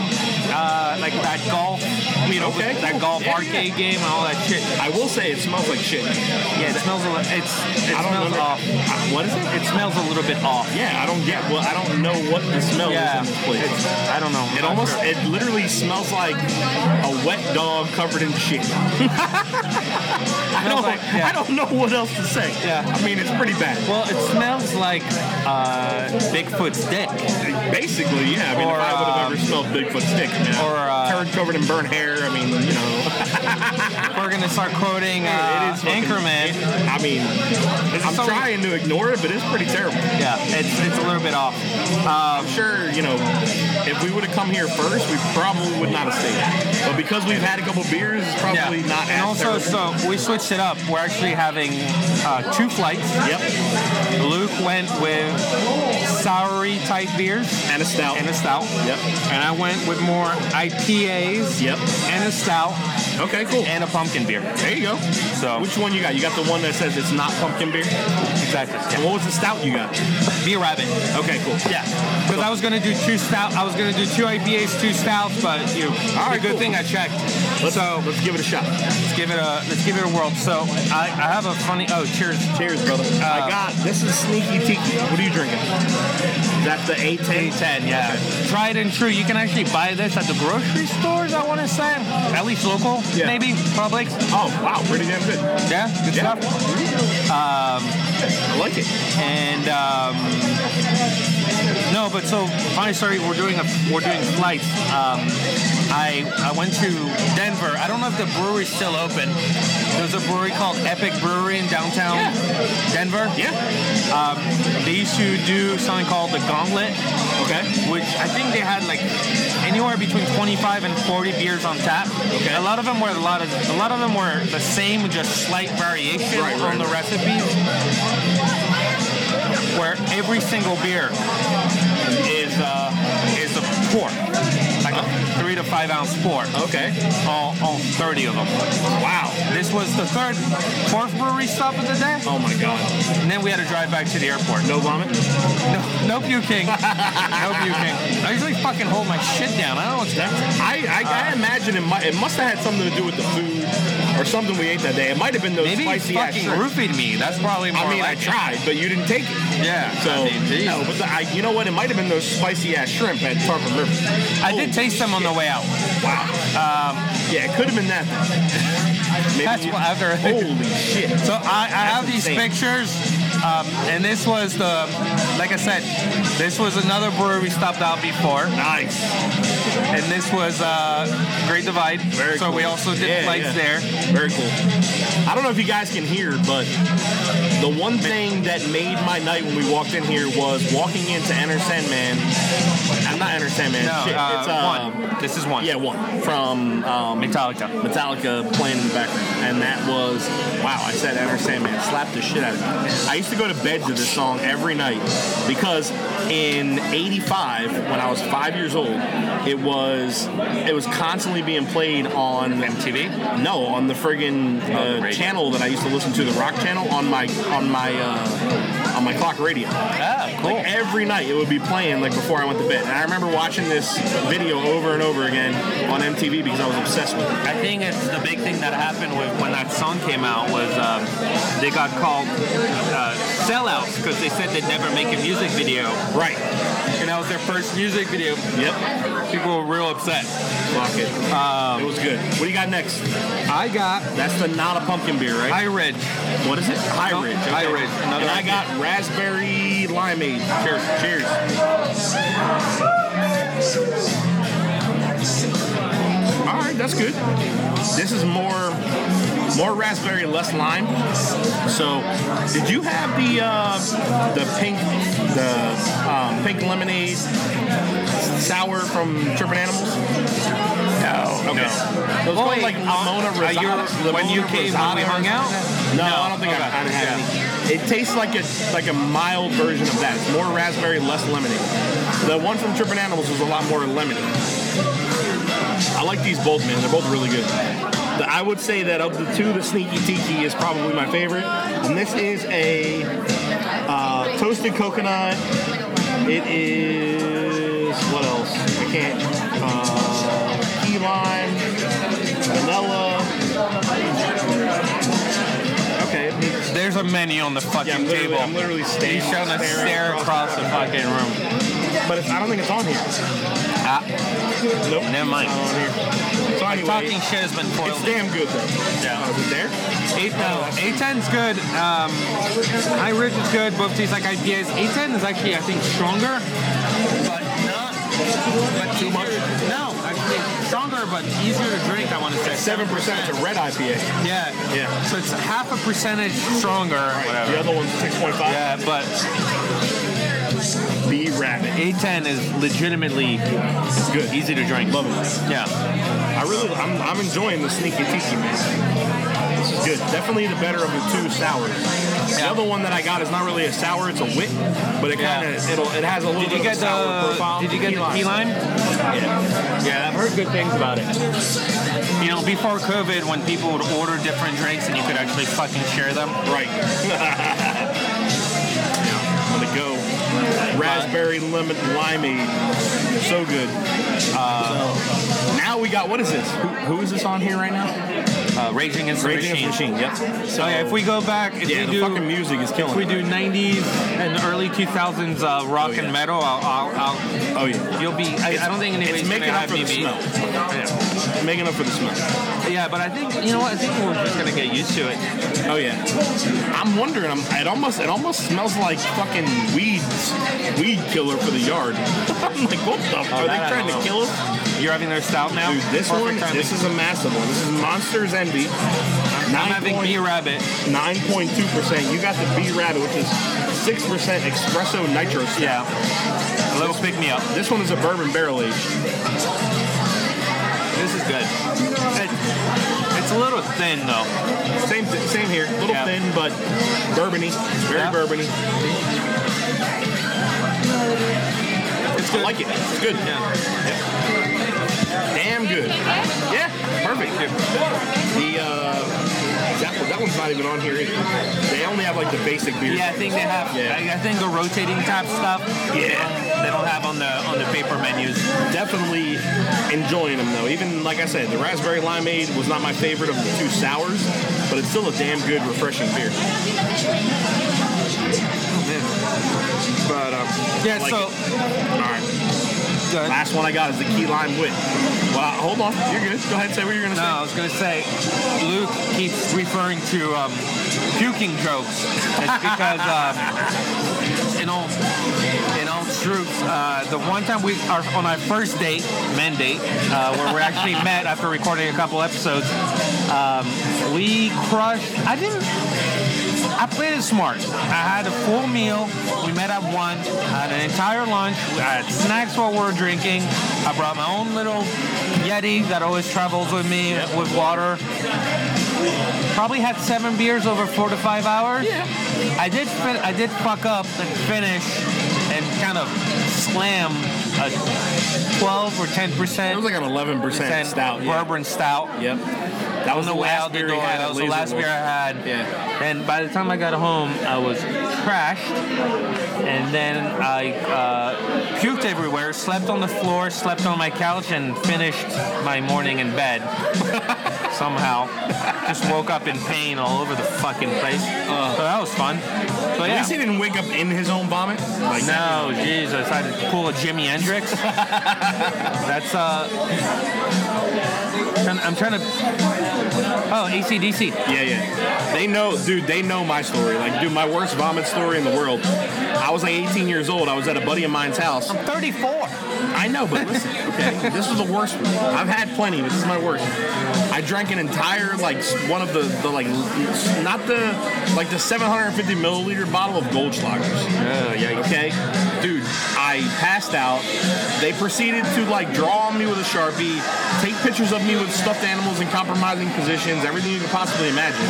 uh, like that golf, you know,
Okay,
with that
cool.
golf
Yeah,
arcade game and all that shit.
I will say it smells like shit.
Yeah, it smells a little. It's it
I don't
smells
remember-
off.
I- what is it?
It smells a little bit off.
Yeah, I don't get. Well, I don't know what the smell
Yeah,
is in this place.
it's, I don't know. I'm
It
not
almost,
sure.
it literally smells like a wet dog covered in shit. I,
Smells
don't,
like- yeah.
I don't know what else to say.
Yeah.
I mean, it's pretty bad.
Well, it smells like uh, Bigfoot's dick.
Basically, yeah. I mean,
Or,
if I would have
um,
ever smelled Bigfoot's dick, yeah.
or, uh,
turd covered in burnt hair, I mean, you know,
We're gonna start quoting uh,
it is fucking-
Anchorman.
I mean, I'm
something-
trying to ignore it, but it's pretty terrible.
Yeah, it's it's a little bit off.
I'm sure, you know, if we would have come here first, we probably would not have stayed. But because we've had a couple beers, it's probably
yeah.
not
and
as
also,
terrible.
so we switched it up. We're actually having uh, two flights.
Yep,
Luke went with soury type beers
and a stout.
and a stout.
Yep.
And I went with more IPAs
Yep.
and a stout
Okay, cool.
and a pumpkin beer.
There you go.
So
Which one you got? You got the one that says it's not pumpkin beer?
exactly.
And what was the stout you got?
Be a rabbit.
Okay, cool.
Yeah. Because I was gonna do two stout. I was gonna do two IPAs, two stouts, but you. All
right,
good
cool.
thing I checked.
Let's, uh,
so
let's give it a shot.
let's give it a let's give it a whirl. So I, I have a funny. Oh, cheers. Um,
Cheers, brother. I got this is sneaky tiki. What are you drinking? Is that the A10?
A10, yeah. Tried and true. You can actually buy this at the grocery stores, I want to say. At least local,
Yeah.
maybe. Publix.
Oh wow, pretty damn good.
Yeah, good
Yeah.
stuff. Um,
I like it.
And um, no, but so funny story. We're doing a we're doing flights. Um, I I went to Denver. I don't know if the brewery's still open. There's a brewery called Epic Brewery in downtown Denver.
Yeah.
They used to do something called the Gauntlet,
Okay.
which I think they had like anywhere between 25 and 40 beers on tap. Okay. A lot of them were a lot of a lot of them were the same, with just slight variation
Right, right,
on the recipes. Where every single beer is uh, is a pour, like a three to five ounce pour.
Okay.
All, all 30 of them. Wow. This was the third, fourth brewery stop of the day.
Oh my god.
And then we had to drive back to the airport.
No vomit?
No, no puking. no puking. I usually fucking hold my shit down. I don't know what's
That's, I, I, I
Uh,
imagine it might it must have had something to do with the food or something we ate that day. It might have been those
Maybe you
spicy ass
fucking
shrimp.
roofied me. That's probably more
I mean, I
like it.
tried, but you didn't take it.
Yeah.
So
I mean, geez.
no, but the, I, you know what? It might have been those spicy ass shrimp at Tarpon River.
I did taste them on the way
out. Wow. Um, yeah, it could have been that. Maybe
That's what after-
Holy shit.
So I, I have these
insane.
pictures. Um, and this was the, like I said, this was another brewery we stopped out before,
Nice.
and this was uh, Great Divide.
Very
so we
cool.
also did
Yeah,
flights
yeah.
there.
Very cool. I don't know if you guys can hear, but the one thing that made my night when we walked in here was walking into Enter Sandman. I'm not Enter Sandman.
No,
shit.
uh,
it's uh,
one. This is one.
Yeah, one from um,
Metallica.
Metallica playing in the background, and that was wow. I said Enter Sandman slapped the shit out of me. I used to go to bed to this song every night because in '85, when I was five years old, it was it was constantly being played on
MTV.
no on the friggin'
the
uh,
radio.
channel that I used to listen to, the rock channel on my on my uh, on my clock radio. Oh.
Ah, cool.
Like every night it would be playing like before I went to bed. And I remember watching this video over and over again on MTV because I was obsessed with it.
I think it's the big thing that happened with when that song came out was um, they got called uh, sellouts because they said they'd never make a music video,
Right.
and that was their first music video.
Yep.
People were real upset.
Fuck it. it was good. What do you got next?
I got
That's the not a pumpkin beer, right?
High Ridge.
what is it? High
No,
Ridge.
High Ridge. Another
and I
idea.
got raspberry limeade. Cheers. Cheers. All right, that's good. This is more more raspberry, less lime. So, did you have the uh, the pink the um, pink lemonade sour from Trippin' Animals? No. Okay. It was
Oh,
called
wait.
like Limona
Are you-
Rosada.
when you
Limona
came,
Rosada
when we
or
hung
something
out?
like that? No, I don't think I, I
Okay.
had any. It tastes like a like a mild version of that. It's more raspberry, less lemonade. The one from Trippin' Animals was a lot more lemony. I like these both, man. They're both really good. The- I would say that of the two, the Sneaky Tiki is probably my favorite. And this is a uh, toasted coconut. It is what else? I can't. Uh, key lime, vanilla. Okay. it needs-
There's a menu on the fucking
Yeah, I'm literally,
table.
I'm literally
He's
staring.
showing us stare across the fucking room.
But it's, I don't think it's on here.
Ah,
Nope.
Never mind.
It's not on here. So anyway,
Talking shit has been
it's
foiled.
damn good though.
Yeah.
Oh, is it there?
Eight, no, eight ten's good. Um, High Ridge is good. Both these like IPAs. Eight ten is actually I think stronger, but not but too much. No, actually stronger but easier to drink. I want to say
Seven percent. It's a red IPA.
Yeah,
Yeah.
So it's half a percentage stronger.
The other one's six point five.
Yeah, but
The rabbit.
eight ten is legitimately
It's good.
easy to drink.
Love it.
Yeah,
I really, I'm, I'm enjoying the sneaky tiki man. This is good. Definitely the better of the two sours. The
Yeah.
other one that I got is not really a sour; it's a wit, but it
Yeah.
kind of it'll it has a little
Did
bit
you get
of a sour
the
profile.
Did you get the key lime?
Yeah. yeah, I've heard good things about it.
You know, before COVID, when people would order different drinks and you could actually fucking share them.
Right. Yeah, I'm gonna go raspberry lemon limeade. So good. So, now we got what is this? Who, who is this on here right now?
Uh, Raging Against the
Raging
Machine.
Against the Machine. Yep. So
Oh yeah, if we go back, if
yeah,
we
the
do,
fucking music is killing.
if we
it.
do '90s and early 2000s uh, rock
Oh, yeah.
and metal, I'll, I'll, I'll,
Oh yeah.
you'll be. I, I don't think anybody's
It's
gonna
making up
have
for
me
the
beat.
smell.
Yeah.
Making up for the smell.
yeah, but I think you know what? I think we're just gonna get used to it.
Oh yeah. I'm wondering. I'm, it almost it almost smells like fucking weeds, weed killer for the yard. I'm like, what the?
Oh,
are they
that I
trying to
don't
kill
know.
us?
You're having their stout now.
Dude, this
Perfect
one,
timing.
this is a massive one. This is Monsters Envy.
I'm having B Rabbit.
9.2%. You got the B Rabbit, which is 6% espresso nitro. Stout.
Yeah, a little pick me up.
This one is a bourbon barrel aged.
This is good. It, it's a little thin though.
Same, th- same here. A little
Yeah.
thin, but bourbony. Very
Yeah.
bourbony.
It's
I
good.
like it. It's good.
Yeah.
Damn good. Yeah, perfect. The uh, that, one- that one's not even on here either. They only have like the basic beers.
Yeah, I think they have.
Yeah.
I, I think the rotating type stuff. they
Yeah.
don't- they don't have on the on the paper menus.
Definitely enjoying them though. Even like I said, the raspberry limeade was not my favorite of the two sours, but it's still a damn good, refreshing beer.
But um, yeah,
Like
so
All right.
good.
Last one I got is the key lime wit. Well, hold on. You're good. Go ahead and say what you're going to
No, I was gonna say, Luke keeps referring to um, puking jokes. It's because um, in all in all truth, uh, the one time we are on our first date, men date, uh, where we actually met after recording a couple episodes, um, we crushed. I didn't. I played it smart. I had a full meal. We met at one. I had an entire lunch. I had snacks while we were drinking. I brought my own little Yeti that always travels with me with water. Probably had seven beers over four to five hours. Yeah. I did. Fin- I did fuck up and finish and kind of slam a twelve or ten
say. It
percent
was like an 11% stout. Yeah.
bourbon stout.
Yep. That was
On the
the
way
last
out the
beer
door,
he had.
that
at
was the
Laser
last
Wolf.
beer I had.
Yeah.
And by the time I got home, I was trashed. And then I uh, puked everywhere, slept on the floor, slept on my couch, and finished my morning in bed. Somehow, just woke up in pain all over the fucking place. so that was fun. So
At
yeah.
least he didn't wake up in his own vomit. Like,
No, Jesus, I had to pull a Jimi Hendrix. That's uh, trying- I'm trying to. Oh, ACDC.
Yeah, yeah. They know, dude. They know my story. Like, dude, my worst vomit story in the world. I was like 18 years old. I was at a buddy of mine's house.
34.
I know, but listen, okay? this was the worst one. I've had plenty, but this is my worst. I drank an entire, like, s- one of the, the like, s- not the, like, the 750 milliliter bottle of Goldschlagers.
Oh, yeah.
Okay? Dude, I passed out. They proceeded to, like, draw on me with a Sharpie, take pictures of me with stuffed animals in compromising positions, everything you could possibly imagine.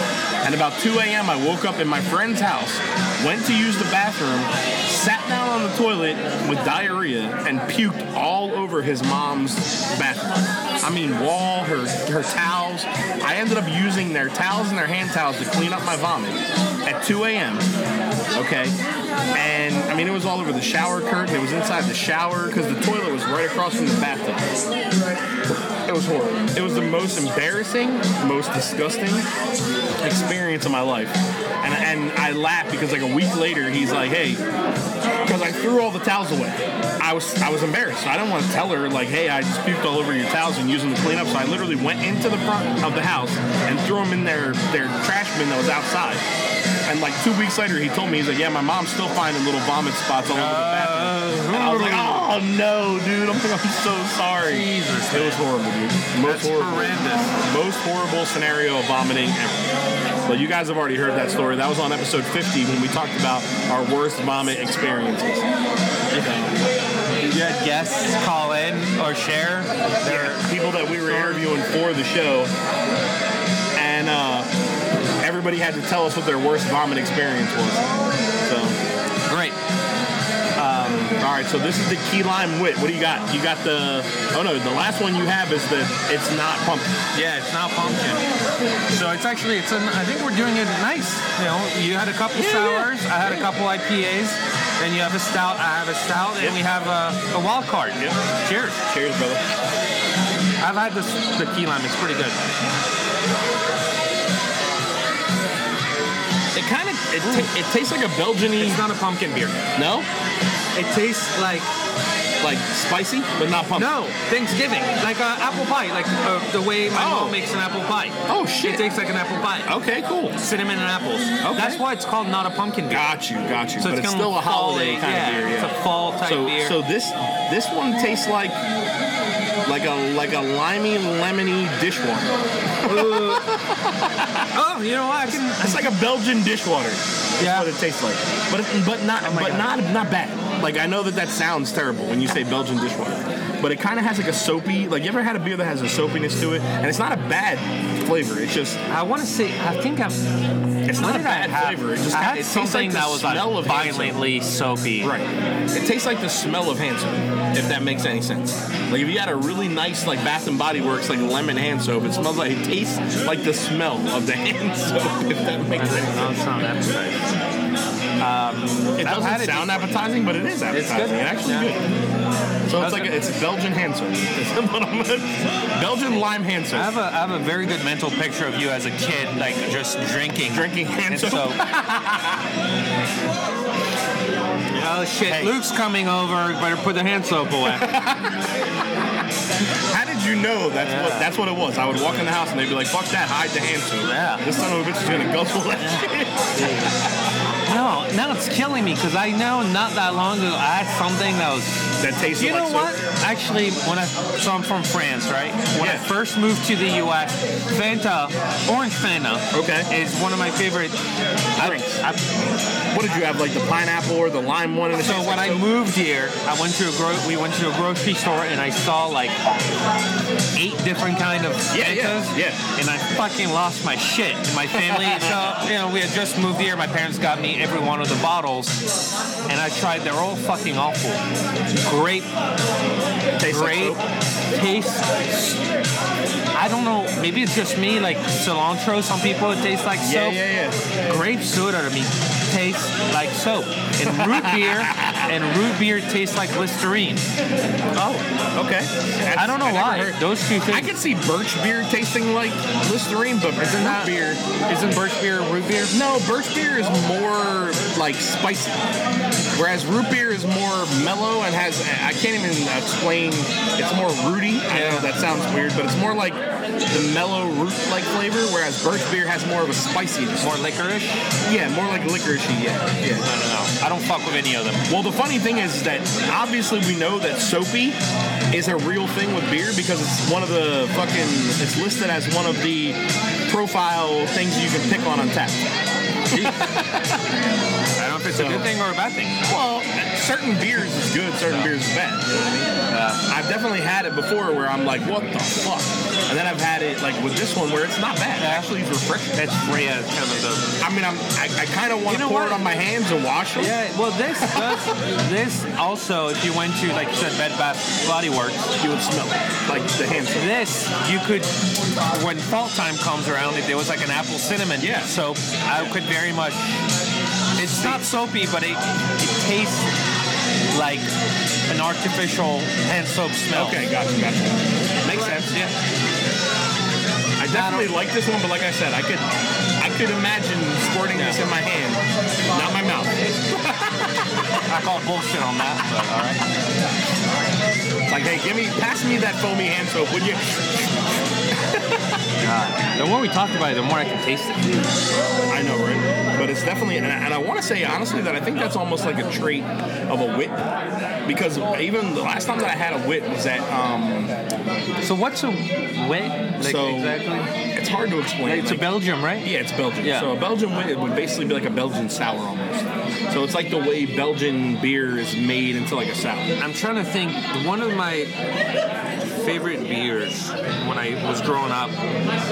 And about 2 a.m., I woke up in my friend's house, went to use the bathroom, sat down on the toilet with diarrhea, and puked all over his mom's bathroom. I mean, wall, her, her towels. I ended up using their towels and their hand towels to clean up my vomit at 2 a.m okay? And I mean, it was all over the shower curtain. It was inside the shower because the toilet was right across from the bathtub. It was horrible. It was the most embarrassing, most disgusting experience of my life. And, and I laughed because like a week later, he's like, "Hey," because I threw all the towels away. I was I was embarrassed. So I didn't want to tell her like, "Hey, I just puked all over your towels and used them to clean up." So I literally went into the front of the house and threw them in their their trash bin that was outside. And like two weeks later, he told me he's like, "Yeah, my mom's still finding little vomit spots all over the bathroom." And I was like, "Oh no, dude! I'm, I'm so sorry."
Jesus,
It was horrible, dude. Most
That's
horrible.
horrendous.
Most horrible scenario of vomiting ever. But you guys have already heard that story. That was on episode 50 when we talked about our worst vomit experiences. So,
You had guests call in or share their.
people that we were interviewing for the show, and uh, everybody had to tell us what their worst vomit experience was. So,
Great.
all right. So this is the key lime wit. What do you got? You got the? Oh no, the last one you have is the. It's not pumpkin.
Yeah, it's not pumpkin. So it's actually, it's an, I think we're doing it nice. You know, you had a couple
Yeah,
sours, I had a couple IPAs, then you have a stout, I have a stout,
Yep.
and we have a, a wild card.
Yep.
Cheers.
Cheers, brother.
I've had this the key lime. It's pretty good.
It kind of it, ta- it tastes like a Belgian.
It's not a pumpkin beer.
No,
It tastes like
like spicy, but not pumpkin.
no Thanksgiving, like uh, apple pie, like uh, the way my
Oh.
mom makes an apple pie.
Oh shit.
It tastes like an apple pie.
okay, cool.
Cinnamon and apples.
Okay.
That's why it's called not a pumpkin beer.
Got you, got you.
So
but
it's
it's
kinda
still a
fall-
holiday kind
yeah,
of beer. Yeah.
It's a fall type
so,
beer.
so this this one tastes like like a like a limey lemony dishwater.
oh, you know what? I can.
It's like a Belgian dishwater.
Yeah. Oh
What it tastes like, but it- but not
my
but
God.
not not bad. Like I know that that sounds terrible when you say Belgian dishwater, but it kind of has like a soapy. Like you ever had a beer that has a soapiness to it, and it's not a bad flavor. It's just
I want to say. I think I've.
it's
what
not a
did I
bad
have?
flavor. It just
I
kinda-
had
it tastes like
something
the
that was like
smell of hand soap.
violently soapy.
Right. It tastes like the smell of hand soap, if that makes any sense. Like if you had a really nice like Bath and Body Works like lemon hand soap, it smells like it tastes like the smell of the hand soap, if that makes
That's-
sense.
no, it's not appetizing.
It
I've had
doesn't
it
sound appetizing, but it is appetizing. It's
good.
actually good. So it's like a, it's Belgian hand soap. Is what I'm gonna- Belgian lime hand
I
soap.
have a I have a very good mental picture of you as a kid, like just drinking
Drinking hand
and
soap.
so Oh shit!
Hey.
Luke's coming over. Better put the hand soap away.
How did you know that's what that's what it was? I would walk in the house and they'd be like, "Fuck that, hide the hand soap."
Yeah.
This son of a bitch is gonna guzzle that shit.
no, now it's killing me because I know not that long ago I had something that was
That tastes
You
like
know
soap.
what? Actually, when I so I'm from France, right? When I
Yeah.
first moved to the U.S., Fanta, orange Fanta,
Okay.
is one of my favorite
Drinks.
I, I,
What did you have? Like the pineapple or the lime one? And it
so
tastes
when
like
I
soap?
moved here, I went to a gro- we went to a grocery store and I saw like eight different kind of
Yeah, yeah,
Fantas,
yeah.
and I fucking lost my shit. And my family, so you know, we had just moved here. My parents got me every one of the bottles, and I tried. They're all fucking awful. Grape
It tastes like
great
soap.
taste. I don't know. Maybe it's just me. Like cilantro, some people it tastes like
Yeah,
soap.
yeah, yeah.
Grape soda to me tastes like soap. And root beer, and root beer tastes like Listerine. Oh,
Okay. That's-
I don't know
never
why.
heard-
Those two
I
things.
can see birch beer tasting like Listerine, but isn't
not-
beer?
Isn't birch beer root beer?
No, birch beer is more like spicy, whereas root beer is more mellow and has. I can't even explain. It's more rooty. I know that sounds weird, but it's more like the mellow root-like flavor, whereas birch beer has more of a spiciness.
More licorice?
Yeah, more like licoricey. Yeah, yeah.
I don't know. I don't fuck with any of them.
Well, the funny thing is that obviously we know that soapy is a real thing with beer because it's one of the fucking. It's listed as one of the profile things you can pick on on tap.
I don't know if it's a good thing or a bad thing.
Well, certain beers is good, certain beers is bad. You know what I mean? I've definitely had it before where I'm like, what the fuck? And then I've had it like with this one where it's not bad. It actually is refreshing.
That's yeah, it's kind of the
I mean, I'm, I, I kind of want
You
to
know
pour
what?
it on my hands and wash them.
Yeah, well, this does, this also, if you went to like you said, Bed Bath Body Works,
You would smell it, like the hand soap.
this you could, when fall time comes around, if there was like an apple cinnamon
Yeah.
soap, I could very much. It's not soapy, but it, it tastes like an artificial hand soap smell.
Okay, gotcha, gotcha. Oh. Makes sense.
Yeah.
I definitely like this one, but like I said, I could, I could imagine squirting this in my hand, not my mouth.
I call bullshit on that, but all right.
Like, hey, give me, pass me that foamy hand soap, would you?
The more we talk about it, the more I can taste it.
I know, right? But it's definitely, and I, and I want to say honestly that I think that's almost like a trait of a wit, because even the last time that I had a wit was at, um,
So what's a wit? Like,
So-
exactly.
it's hard to explain.
It's a
like-
Belgium, right?
yeah, it's Belgian.
Yeah.
So a Belgian wit would basically be like a Belgian sour almost. So it's like the way Belgian beer is made into like a sour.
I'm trying to think. One of my favorite beers when I was growing up,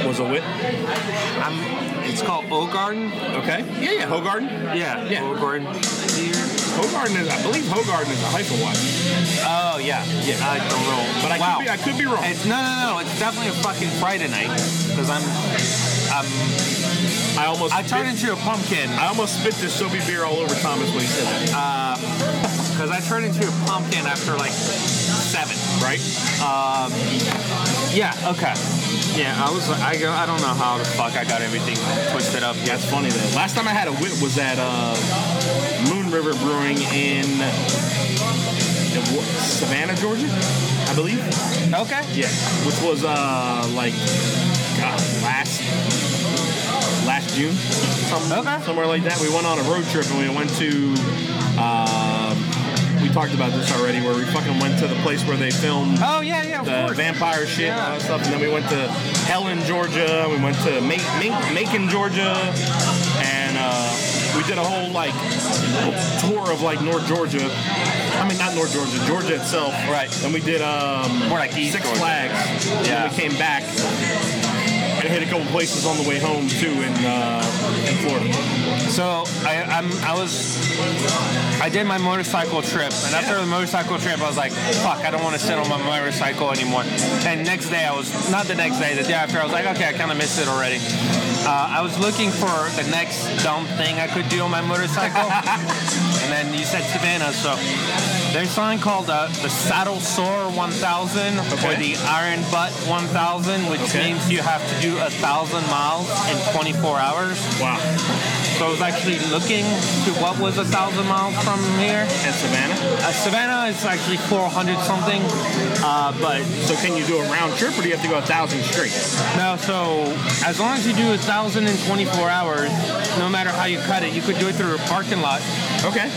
Was a wit?
I'm, it's called O Garden.
Okay. Yeah, yeah. Hogarden.
Yeah,
Yeah.
O Garden beer.
Hogarden is, I believe, Hogarden is a hyperwatch.
Oh yeah, yeah. I like the roll.
But I
wow.
could be, I could be wrong.
it's, no, no, no. It's definitely a fucking Friday night because I'm
I almost,
I turned
spit,
into a pumpkin
I almost spit this soapy beer all over Thomas when he said that.
because I turned into a pumpkin after like seven. Um,
right?
Yeah. Okay. Oh, Yeah, I was. I go. I don't know how the fuck I got everything twisted up.
That's funny though. Last time I had a wit was at uh, Moon River Brewing in in what- Savannah, Georgia, I believe.
Okay.
Yeah, which was uh, like God, last last June, some-
Okay.
somewhere like that. We went on a road trip and we went to. Uh, we talked about this already, where we fucking went to the place where they filmed
Oh yeah, yeah. Of
the
course.
vampire shit and all
Yeah.
that stuff. And then we went to Helen, Georgia. We went to Ma- Ma- Macon, Georgia, and uh, we did a whole like tour of like North Georgia. I mean, not North Georgia, Georgia itself.
Right.
Then we did um,
More like East
Six
Georgia.
Flags. And
Yeah.
then we came back and hit a couple places on the way home too in, uh, in Florida.
So I, I'm, I was, I did my motorcycle trip, and after the motorcycle trip, I was like, "Fuck, I don't want to sit on my motorcycle anymore." And next day, I was not the next day, the day after, I was like, "Okay, I kind of missed it already." Uh, I was looking for the next dumb thing I could do on my motorcycle, and then you said Savannah, so there's something called uh, the Saddle Sore 1000 or
Okay.
the Iron Butt 1000, which
Okay.
means you have to do a thousand miles in 24 hours.
Wow.
So I was actually looking to what was a thousand miles from here.
And Savannah.
Uh, Savannah is actually 400 something, uh, but
So can you do a round trip, or do you have to go a thousand straight?
No, so as long as you do a thousand in 24 hours, no matter how you cut it, you could do it through a parking lot.
Okay.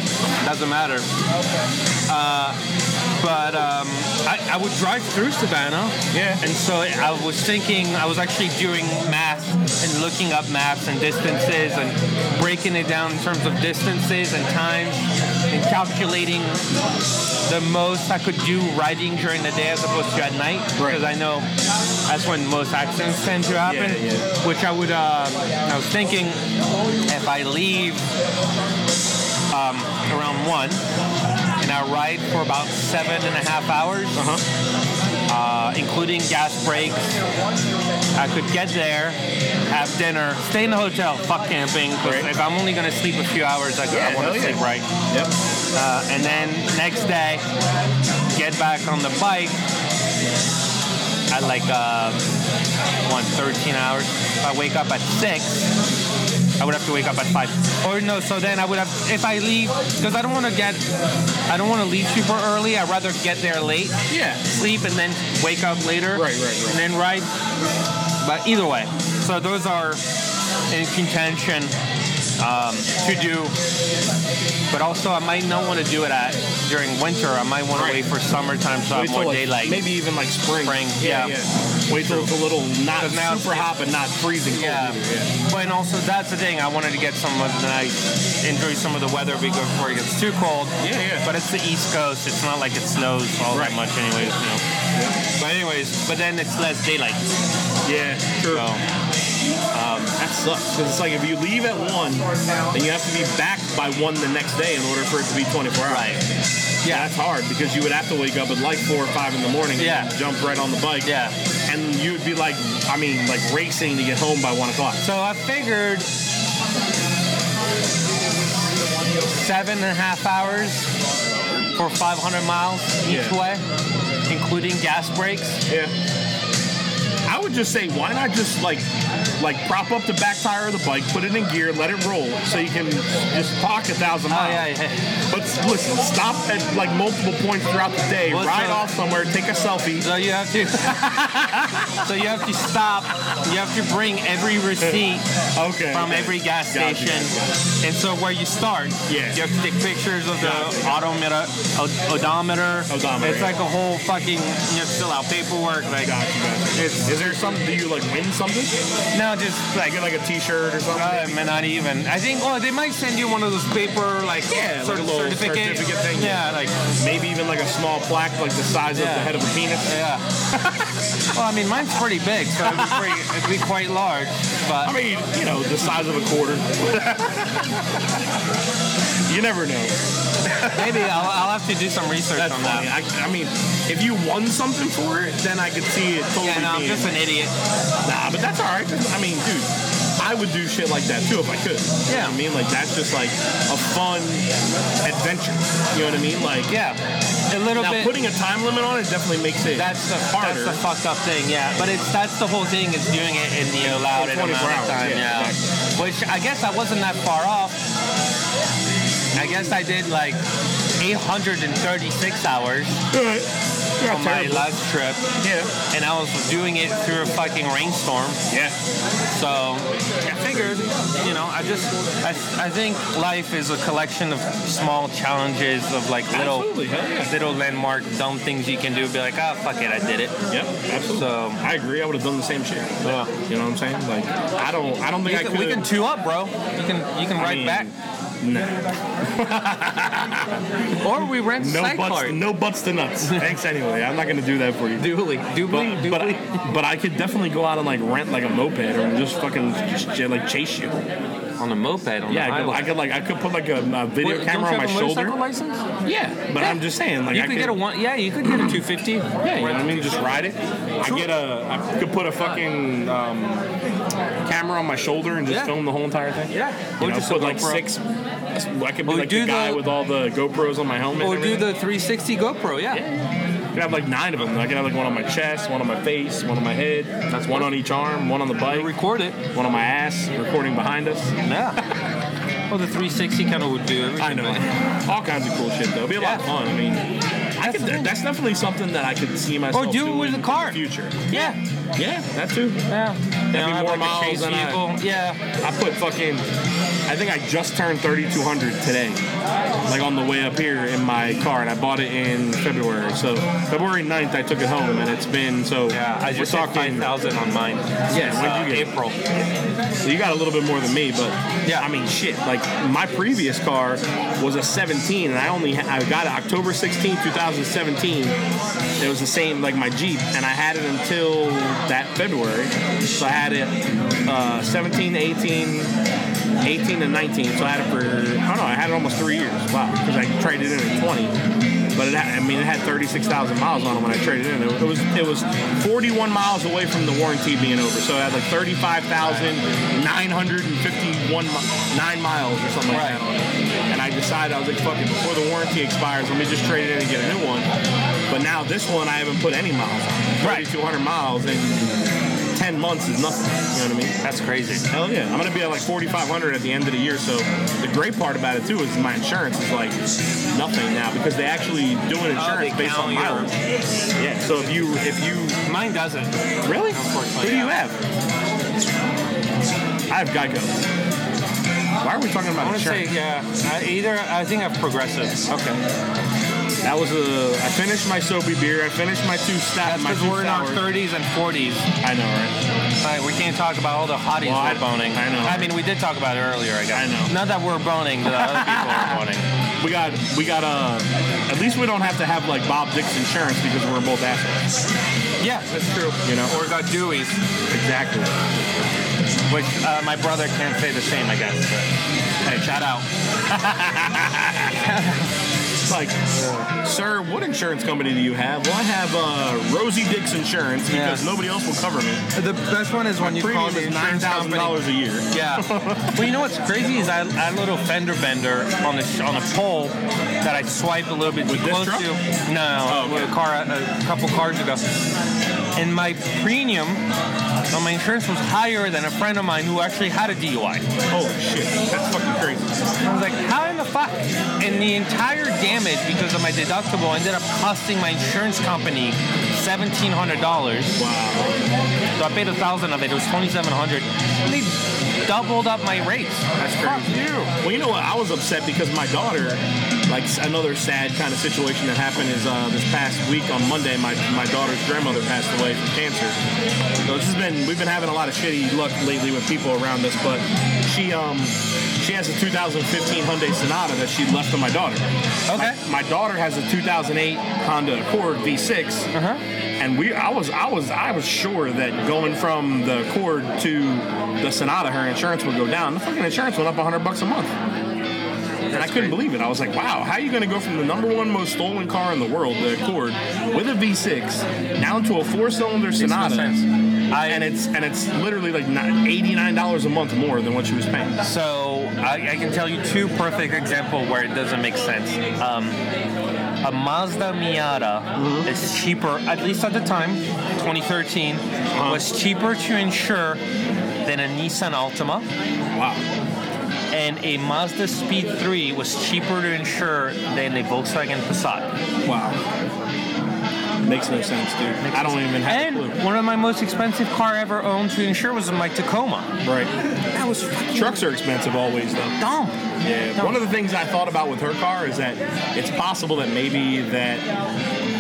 Doesn't matter. Uh, but um, I, I would drive through Savannah,
Yeah.
and so I was thinking, I was actually doing math and looking up maps and distances and breaking it down in terms of distances and times and calculating the most I could do riding during the day as opposed to at night
Right.
because I know that's when most accidents tend to happen.
Yeah,
Which I would, um I was thinking, if I leave um, around one and I ride for about seven and a half hours,
Uh-huh.
uh, including gas breaks, I could get there, have dinner, stay in the hotel, fuck camping. 'cause
Right.
If I'm only gonna sleep a few hours, I, could- I
Yeah,
want
hell
to
yeah.
sleep right
Yep.
uh, and then next day get back on the bike at like uh, one 13 hours if i wake up at 6 i would have to wake up at 5 or no so then i would have if i leave because i don't want to get i don't want to leave super early i'd rather get there late
Yeah.
sleep and then wake up later
Right, right, right.
and then ride but either way so those are in contention um, to do but also i might not want to do it at during winter i might want
Right.
to wait for summertime so i have
till,
more daylight
Maybe even like spring.
Spring, yeah.
Wait till it's a little not
'Cause now it's-
super hot but not freezing cold.
Yeah.
either, yeah.
But and also that's the thing. I wanted to get some of the nice, enjoy some of the weather before it gets too cold.
Yeah, yeah.
But it's the East Coast. It's not like it snows all
Right.
that much, anyways. You know. But anyways, but then it's less daylight.
Yeah. True.
So
That sucks because it's like if you leave at one, then you have to be back by one the next day in order for it to be 24 hours. Yeah, that's hard because you would have to wake up at like four or five in the morning.
Yeah.
And jump right on the bike.
yeah.
And you'd be like, I mean, like racing to get home by one o'clock.
So I figured seven and a half hours for 500 miles each
Yeah.
way, including gas breaks.
Yeah. I would just say, why not just like, like prop up the back tire of the bike, put it in gear, let it roll, so you can just talk a thousand
Oh
miles.
yeah, yeah.
But listen, stop at like multiple points throughout the day,
Well,
ride
so-
off somewhere, take a selfie.
So you have to. so you have to stop. You have to bring every receipt
Okay.
from every gas
Gotcha,
station.
gotcha.
And so where you start,
Yeah.
you have to take pictures of the
Gotcha.
odometer, od- odometer.
Odometer,
It's
yeah.
like a whole fucking. You have to fill out paperwork. Like
Gotcha, gotcha.
it's
Is there something? Do you like win something?
no, just
Like
like.
get like a T-shirt or something?
Uh, man, not even. I think. Oh, they might send you one of those paper like
Yeah, like a little
certificate.
certificate thing,
Yeah, like
Maybe even like a small plaque, like the size of
Yeah.
the head of a penis.
yeah. well, I mean, mine's pretty big, so it'd be, pretty, it'd be quite large. But
I mean, you know, the size of a quarter. you never know.
Maybe I'll, I'll have to do some research
That's
on
funny.
that.
I, I mean, if you won something for it, then I could see it totally
Yeah, no, I'm
being.
just an idiot.
Nah, but that's all right. 'cause, I mean, dude, I would do shit like that too if I could. You know
Yeah.
what I mean, like that's just like a fun adventure. You know what I mean? Like
Yeah, a little
now,
bit.
putting a time limit on it definitely makes it
that's the
harder.
that's the fucked up thing. Yeah, but it's that's the whole thing is doing it in the allowed amount
24
of
hours,
time.
yeah,
Yeah, which I guess I wasn't that far off. I guess I did like 836 hours
You're
on my
terrible.
last trip,
yeah.
and I was doing it through a fucking rainstorm.
Yeah.
So I figured, you know, I just, I, I think life is a collection of small challenges of like little,
Absolutely, hell yeah.
little landmark dumb things you can do. Be like, ah, fuck it, I did it.
Yep, absolutely.
So-
I agree. I would have done the same shit. You know what I'm saying? Like, I don't. I don't
You
think I
can,
could.
we can two up, bro. You can, you can ride
mean,
back,
no,
or we rent
no butts.
sidecar.
No butts to nuts. Thanks anyway. I'm not gonna do that for you.
Duly, dubly,
But,
dubly.
but, I, but I could definitely go out and like rent like a moped or just fucking just j- like chase you.
on a moped, on
Yeah,
the
I could, I
highway.
could like I could put like a, a video
Wait, don't
camera on
you
my
have a motorcycle
shoulder.
License?
Yeah, but I'm just saying like
You
I
could, get a one. Yeah, you could get a 250.
Yeah, you know what I mean? Just ride it. I get a. I could put a fucking um, camera on my shoulder and just
Yeah.
film the whole entire thing.
Yeah.
You
Or
know,
just
put
a
like
GoPro.
six. I could be
Or
like
do
the guy
the-
with all the GoPros on my helmet.
Or
and
do
everything.
the 360 GoPro. Yeah.
could have like nine of them. I could have like one on my chest, one on my face, one on my head. That's one on each arm, one on the bike,
Record it.
one on my ass. Recording behind us.
Yeah. Well, the 360 kind of would do everything.
I know.
but-
All kinds of cool shit though. It'd be a lot of
Yeah.
fun. I mean, I could,
the thing.
that's definitely something that I could see myself
Or do it
doing
with a
in
car.
the future.
Yeah.
Yeah, that too.
Yeah. That'd
be more miles than I-
Yeah.
I put fucking. I think I just turned 3,200 today, like on the way up here in my car, and I bought it in February. So February 9th, I took it home, and it's been so.
Yeah. I
we're
just hit
talking.
5,000 on mine.
Yeah,
Since,
what'd you
uh,
get?
April.
So you got a little bit more than me, but
Yeah.
I mean, shit. Like my previous car was a 17, and I only ha- I got it October 16, 2017. It was the same like my Jeep, and I had it until that February. So I had it uh, 17, 18, 18, and 19. So I had it for I don't know. I had it almost three years. Wow, because I traded in at 20. But it had, I mean, it had 36,000 miles on it when I traded in. It was it was 41 miles away from the warranty being over, so it had like 35,951 mi- nine miles or something like that on it. And I decided I was like, fuck it, before the warranty expires, let me just trade it in and get a new one. But now this one, I haven't put any miles on.
Right.
200 miles in 10 months is nothing. You know what I mean?
That's crazy.
Hell yeah. I'm going to be at like 4,500 at the end of the year. So the great part about it, too, is my insurance is like nothing now because they actually do an insurance based on
Oh, count your-
mileage. Yeah. So if you, if you,
Mine doesn't.
really?
Unfortunately,
Who do you
yeah.
have? I have Geico. Why are we talking
I
about
want to
insurance?
say, yeah. I, either I think I've progressive. Okay.
That was a. I finished my soapy beer. I finished my two stout.
That's
My
because
two
we're in our
sours.
30s and 40s.
I know, right?
Like, we can't talk about all the hotties
Well, I-
we're boning.
I know.
I mean, we did talk about it earlier. I guess.
I know.
Not that we're boning, but other people are boning.
We got. We got Uh, at least we don't have to have like Bob Dick's insurance because we're both assholes.
Yeah, that's true.
You know?
or got Dewey's,
Exactly.
which uh, my brother can't say the same. I guess. But, hey, shout out.
It's like, sir, what insurance company do you have? Well, I have uh, Rosie Dick's insurance because
Yeah.
nobody else will cover me.
The best one is when you call
Premium
the
is nine
insurance
thousand
company.
dollars a year.
Yeah. well, you know what's crazy is I, I had a little fender bender on the sh- on a pole that I swiped a little bit
With
too
this
close
truck?
to. No,
Oh,
with a car a couple cars ago. And my premium on my insurance was higher than a friend of mine who actually had a DUI.
Holy shit, that's fucking crazy.
I was like, how in the fuck? And the entire damage because of my deductible ended up costing my insurance company seventeen hundred dollars.
Wow,
So I paid a thousand of it. It was twenty seven hundred. And they doubled up my rates.
that's crazy. Well, you know what? I was upset because my daughter, like s- another sad kind of situation that happened is uh, this past week on Monday, my, my daughter's grandmother passed away from cancer. So it's just been we've been having a lot of shitty luck lately with people around us, but she um she has a 2015 Hyundai Sonata that she left to my daughter.
Okay.
My daughter has a 2008 Honda Accord V6.
Uh huh.
And we, I was, I was, I was sure that going from the Accord to the Sonata, her insurance would go down. The fucking insurance went up 100 bucks a month, and I couldn't believe it. I was like, wow, how are you going to go from the number one most stolen car in the world, the Accord, with a V6, down to a four-cylinder Sonata,
I,
and it's and it's literally like not- 89 dollars a month more than what she was paying.
so I, I can tell you two perfect examples where it doesn't make sense. Um, a Mazda Miata is cheaper, at least at the time, 2013, was cheaper to insure than a Nissan Altima,
Wow,
and a Mazda Speed 3 was cheaper to insure than a Volkswagen Passat.
wow, makes no sense, dude. I don't even have a clue.
And one of my most expensive car I ever owned to insure was my Tacoma.
Right. That was trucks are expensive always though.
Dumb.
Yeah. One of the things I thought about with her car is that it's possible that maybe that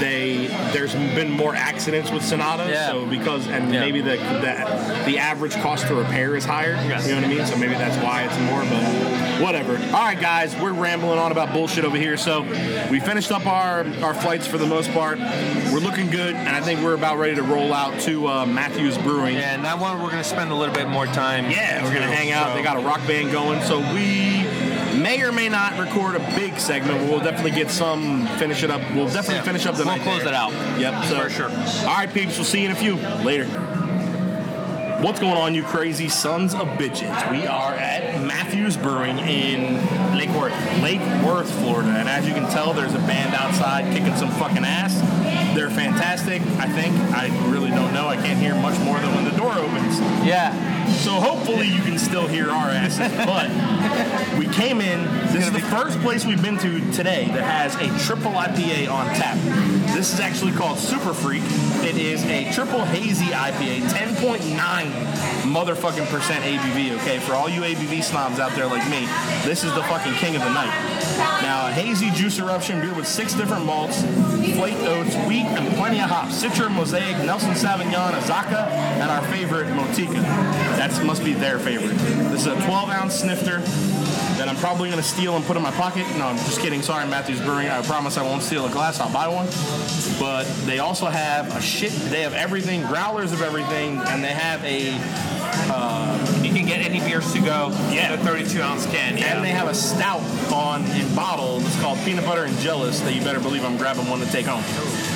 they there's been more accidents with Sonata,
Yeah.
so because and
Yeah.
maybe the, the the average cost to repair is higher.
Yeah.
You know what I mean? So maybe that's why it's more. But whatever. All right, guys, we're rambling on about bullshit over here. So we finished up our our flights for the most part. We're looking good, and I think we're about ready to roll out to uh, Matthews Brewing.
Yeah, and that one we're gonna spend a little bit more time.
Yeah, we're gonna hang out.
So-
They got a rock band going, so we may or may not record a big segment. But we'll definitely get some. Finish it up. We'll definitely
Yeah.
finish up the.
We'll
night
close
there.
it out.
Yep. So
For sure.
All right, peeps. We'll see you in a few later. What's going on, you crazy sons of bitches? We are at Matthews Brewing in Lake Worth, Lake Worth, Florida. And as you can tell, there's a band outside kicking some fucking ass. They're fantastic, I think. I really don't know. I can't hear much more than when the door opens.
Yeah.
So hopefully you can still hear our asses. But we came in. This is the first place we've been to today that has a triple IPA on tap. This is actually called Super Freak. It is a triple hazy IPA, 10.9 motherfucking percent ABV. Okay, for all you ABV snobs out there like me, this is the fucking king of the night. Now, a hazy juice eruption beer with six different malts, flaked oats, wheat, and plenty of hops. Citra, Mosaic, Nelson Sauvignon, Azaka, and our favorite, Motika. That must be their favorite. This is a 12 ounce snifter that I'm probably going to steal and put in my pocket. No, I'm just kidding. Sorry, Matthews Brewing. I promise I won't steal a glass. I'll buy one. But they also have a shit. They have everything, growlers of everything, and they have a
You can get any beers to go.
Yeah.
in a 32 ounce can. Yeah.
And they have a stout on in bottle that's called peanut butter and jealous that you better believe I'm grabbing one to take home.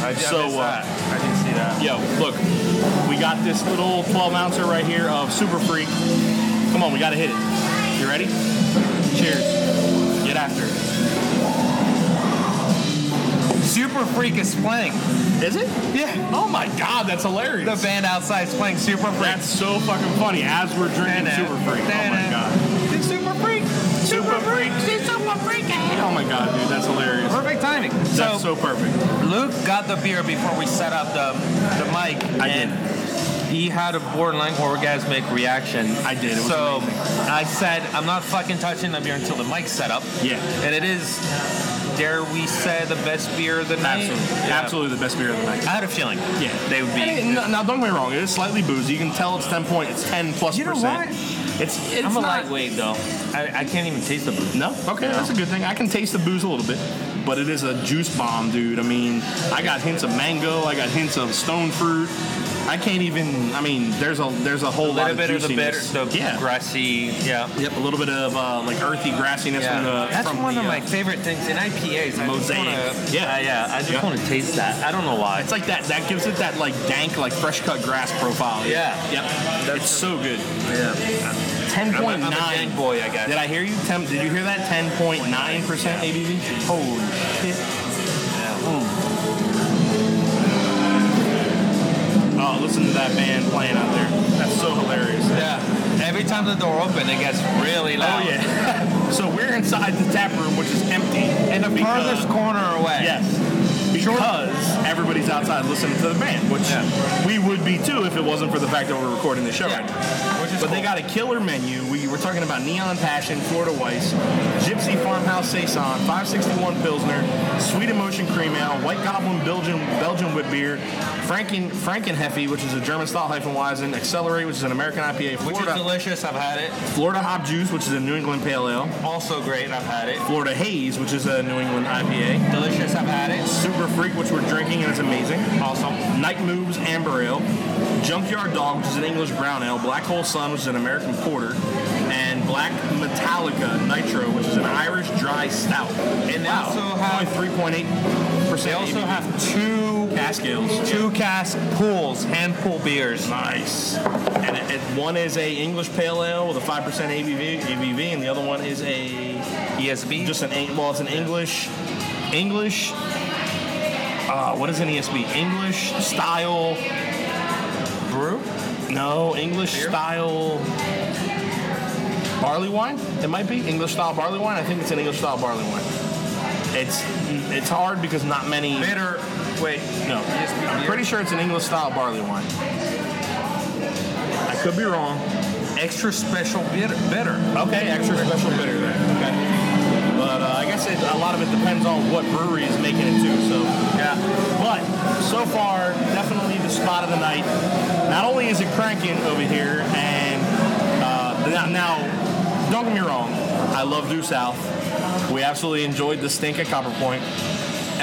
I, I
so,
missed
uh,
that. I didn't see that.
Yo, look, we got this little 12 ouncer right here of Super Freak. Come on, we gotta hit it. You ready? Cheers. Get after it.
Super Freak is playing.
Is it?
Yeah.
Oh my god, that's hilarious.
The band outside is playing Super Freak.
That's so fucking funny as we're drinking
Da-da.
Super Freak. Oh my
Da-da.
god.
It's Super Freak.
Super Freak. Oh my god, dude, that's hilarious.
Perfect timing. So,
That's so perfect.
Luke got the beer before we set up the the mic.
I did.
and He had a borderline orgasmic reaction.
I did. It was
so I said, I'm not fucking touching the beer until the mic's set up.
Yeah.
And it is, dare we say, the best beer of the night.
Absolutely.
Yeah.
Absolutely the best beer of the night.
I had a feeling.
Yeah.
They would
And
be.
it- no- now, don't get me wrong. It is slightly boozy. You can tell it's ten point. It's ten plus
You know
percent. It's, it's
I'm a
not-
lightweight though. I, I can't even taste the booze.
No, okay,
No.
that's a good thing. I can taste the booze a little bit, but it is a juice bomb, dude. I mean, I got hints of mango. I got hints of stone fruit. I can't even. I mean, there's a there's a whole
A
lot
little
of
bit of the bitter,
juiciness.
the
yeah.
grassy. Yeah.
Yep, a little bit of uh, like earthy grassiness
Yeah.
from the.
That's
from
one
the,
of
uh,
my favorite things in IPAs. I just
Mosaic.
wanna-
Yeah.
Uh, yeah. I just
Yeah.
want to taste that. I don't know why.
It's like that. That gives it that like dank, like fresh cut grass profile.
Yeah.
Yep. That's it's so good.
Yeah.
Ten
I'm a-
point
I'm a dank
nine.
boy, I guess.
Did I hear you? Tem- did you hear that? Ten point nine percent ABV. Holy shit. Mm. Oh, listen to that band playing out there. That's so hilarious.
Yeah. Every time the door opens, it gets really
Oh
loud.
yeah. so we're inside the tap room, which is empty.
In the
because-
furthest corner away.
Yes. Because everybody's outside listening to the band, which
Yeah.
we would be too if it wasn't for the fact that we're recording the show
Yeah.
right now.
Which is
But they got a killer menu. We were talking about Neon Passion, Florida Weiss, Gypsy Farmhouse Saison, 561 Pilsner, Sweet Emotion Cream Ale, White Goblin Belgian Belgian Whip Beer, Franken Frankenhefe, which is a German style Hefeweizen, Accelerate, which is an American IPA,
Which is
Florida,
delicious. I've had it.
Florida Hop Juice, which is a New England Pale Ale,
Also great. I've had it.
Florida Haze, which is a New England IPA,
Delicious. I've had it.
Super Freak, which we're drinking and it's amazing.
Awesome.
Night Moves Amber Ale, Junkyard Dog, which is an English Brown Ale, Black Hole Sun, which is an American Porter, and Black Metallica Nitro, which is an Irish Dry Stout. And
they also have-
only 3.8
They
percent.
also have two
cask ales.
two cask pools, hand pool beers.
Nice. And it, it- one is a English Pale Ale with a 5% ABV, ABV, and the other one is a
ESB.
just an Eng- well, it's an English English. Uh, what is an ESB? English style.
brew.
No, English
Beer?
style barley wine. It might be English style barley wine. I think it's an English style barley wine. It's it's hard because not many.
Bitter. Wait.
No,
ESB
I'm
E beer.
pretty sure it's an English style barley wine. I could be wrong.
Extra special bitter. Bitter.
Okay, extra special bitter there. Okay, but uh, I guess it, a lot of it depends on what brewery is making it too. So
Yeah.
But so far, definitely the spot of the night. Not only is it cranking over here, and uh, now, now, don't get me wrong, I love Due South. We absolutely enjoyed the stink at Copper Point,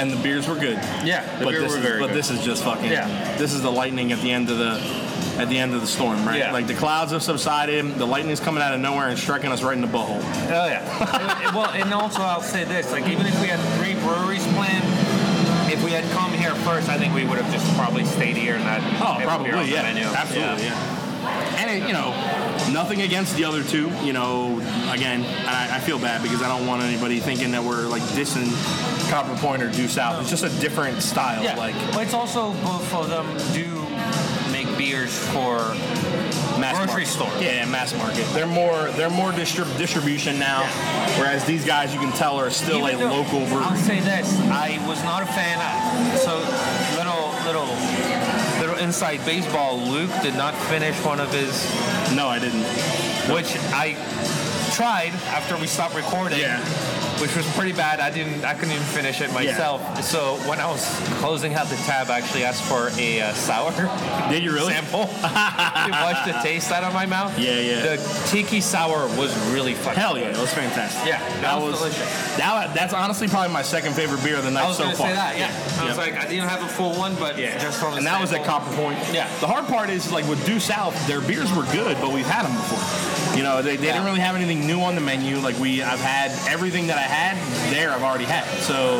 and the beers were good.
Yeah. The
but
beer
this
were
is,
very
but
good.
this is just fucking.
Yeah.
This is the lightning at the end of the at the end of the storm, right?
Yeah.
Like the clouds have subsided, the lightning's coming out of nowhere and striking us right in the butthole.
Oh yeah. well, and also I'll say this: like even if we had three breweries planned, if we had come here first, I think we would have just probably stayed here and not.
Oh,
have a
probably,
beer on the
yeah.
menu.
Absolutely, yeah. and it, you know, nothing against the other two. You know, again, I, I feel bad because I don't want anybody thinking that we're like dissing Copper Point or Due South. It's just a different style.
Yeah,
Like
but it's also both of them do make beers for
mass
Grocery
market.
store.
Yeah, mass market. They're more they're more distrib- distribution now, whereas these guys you can tell are still
Even
a
though-
local
I'll
brewery.
say this: I was not a fan. of So little, little, little inside baseball. Luke did not finish one of his,
No, I didn't.
which I tried after we stopped recording.
Yeah.
Which was pretty bad. I didn't. I couldn't even finish it myself. So when I was closing out the tab, I actually asked for a uh, sour
Did you really?
sample to wash the taste out of my mouth.
Yeah, yeah.
The tiki sour was really fucking.
Hell yeah, it was fantastic.
Yeah, that,
That
was
was
delicious.
that, that's honestly probably my second favorite beer of the night
I was
so
gonna
far.
say that. Yeah. I
Yep.
was like, I didn't have a full one, but just from the
and that was at
sample.
Copper Point.
Yeah.
The hard part is like with Due South, their beers were good, but we've had them before. You know, they, they didn't
Yeah.
really have anything new on the menu. Like we, I've had everything that I had there. I've already had, so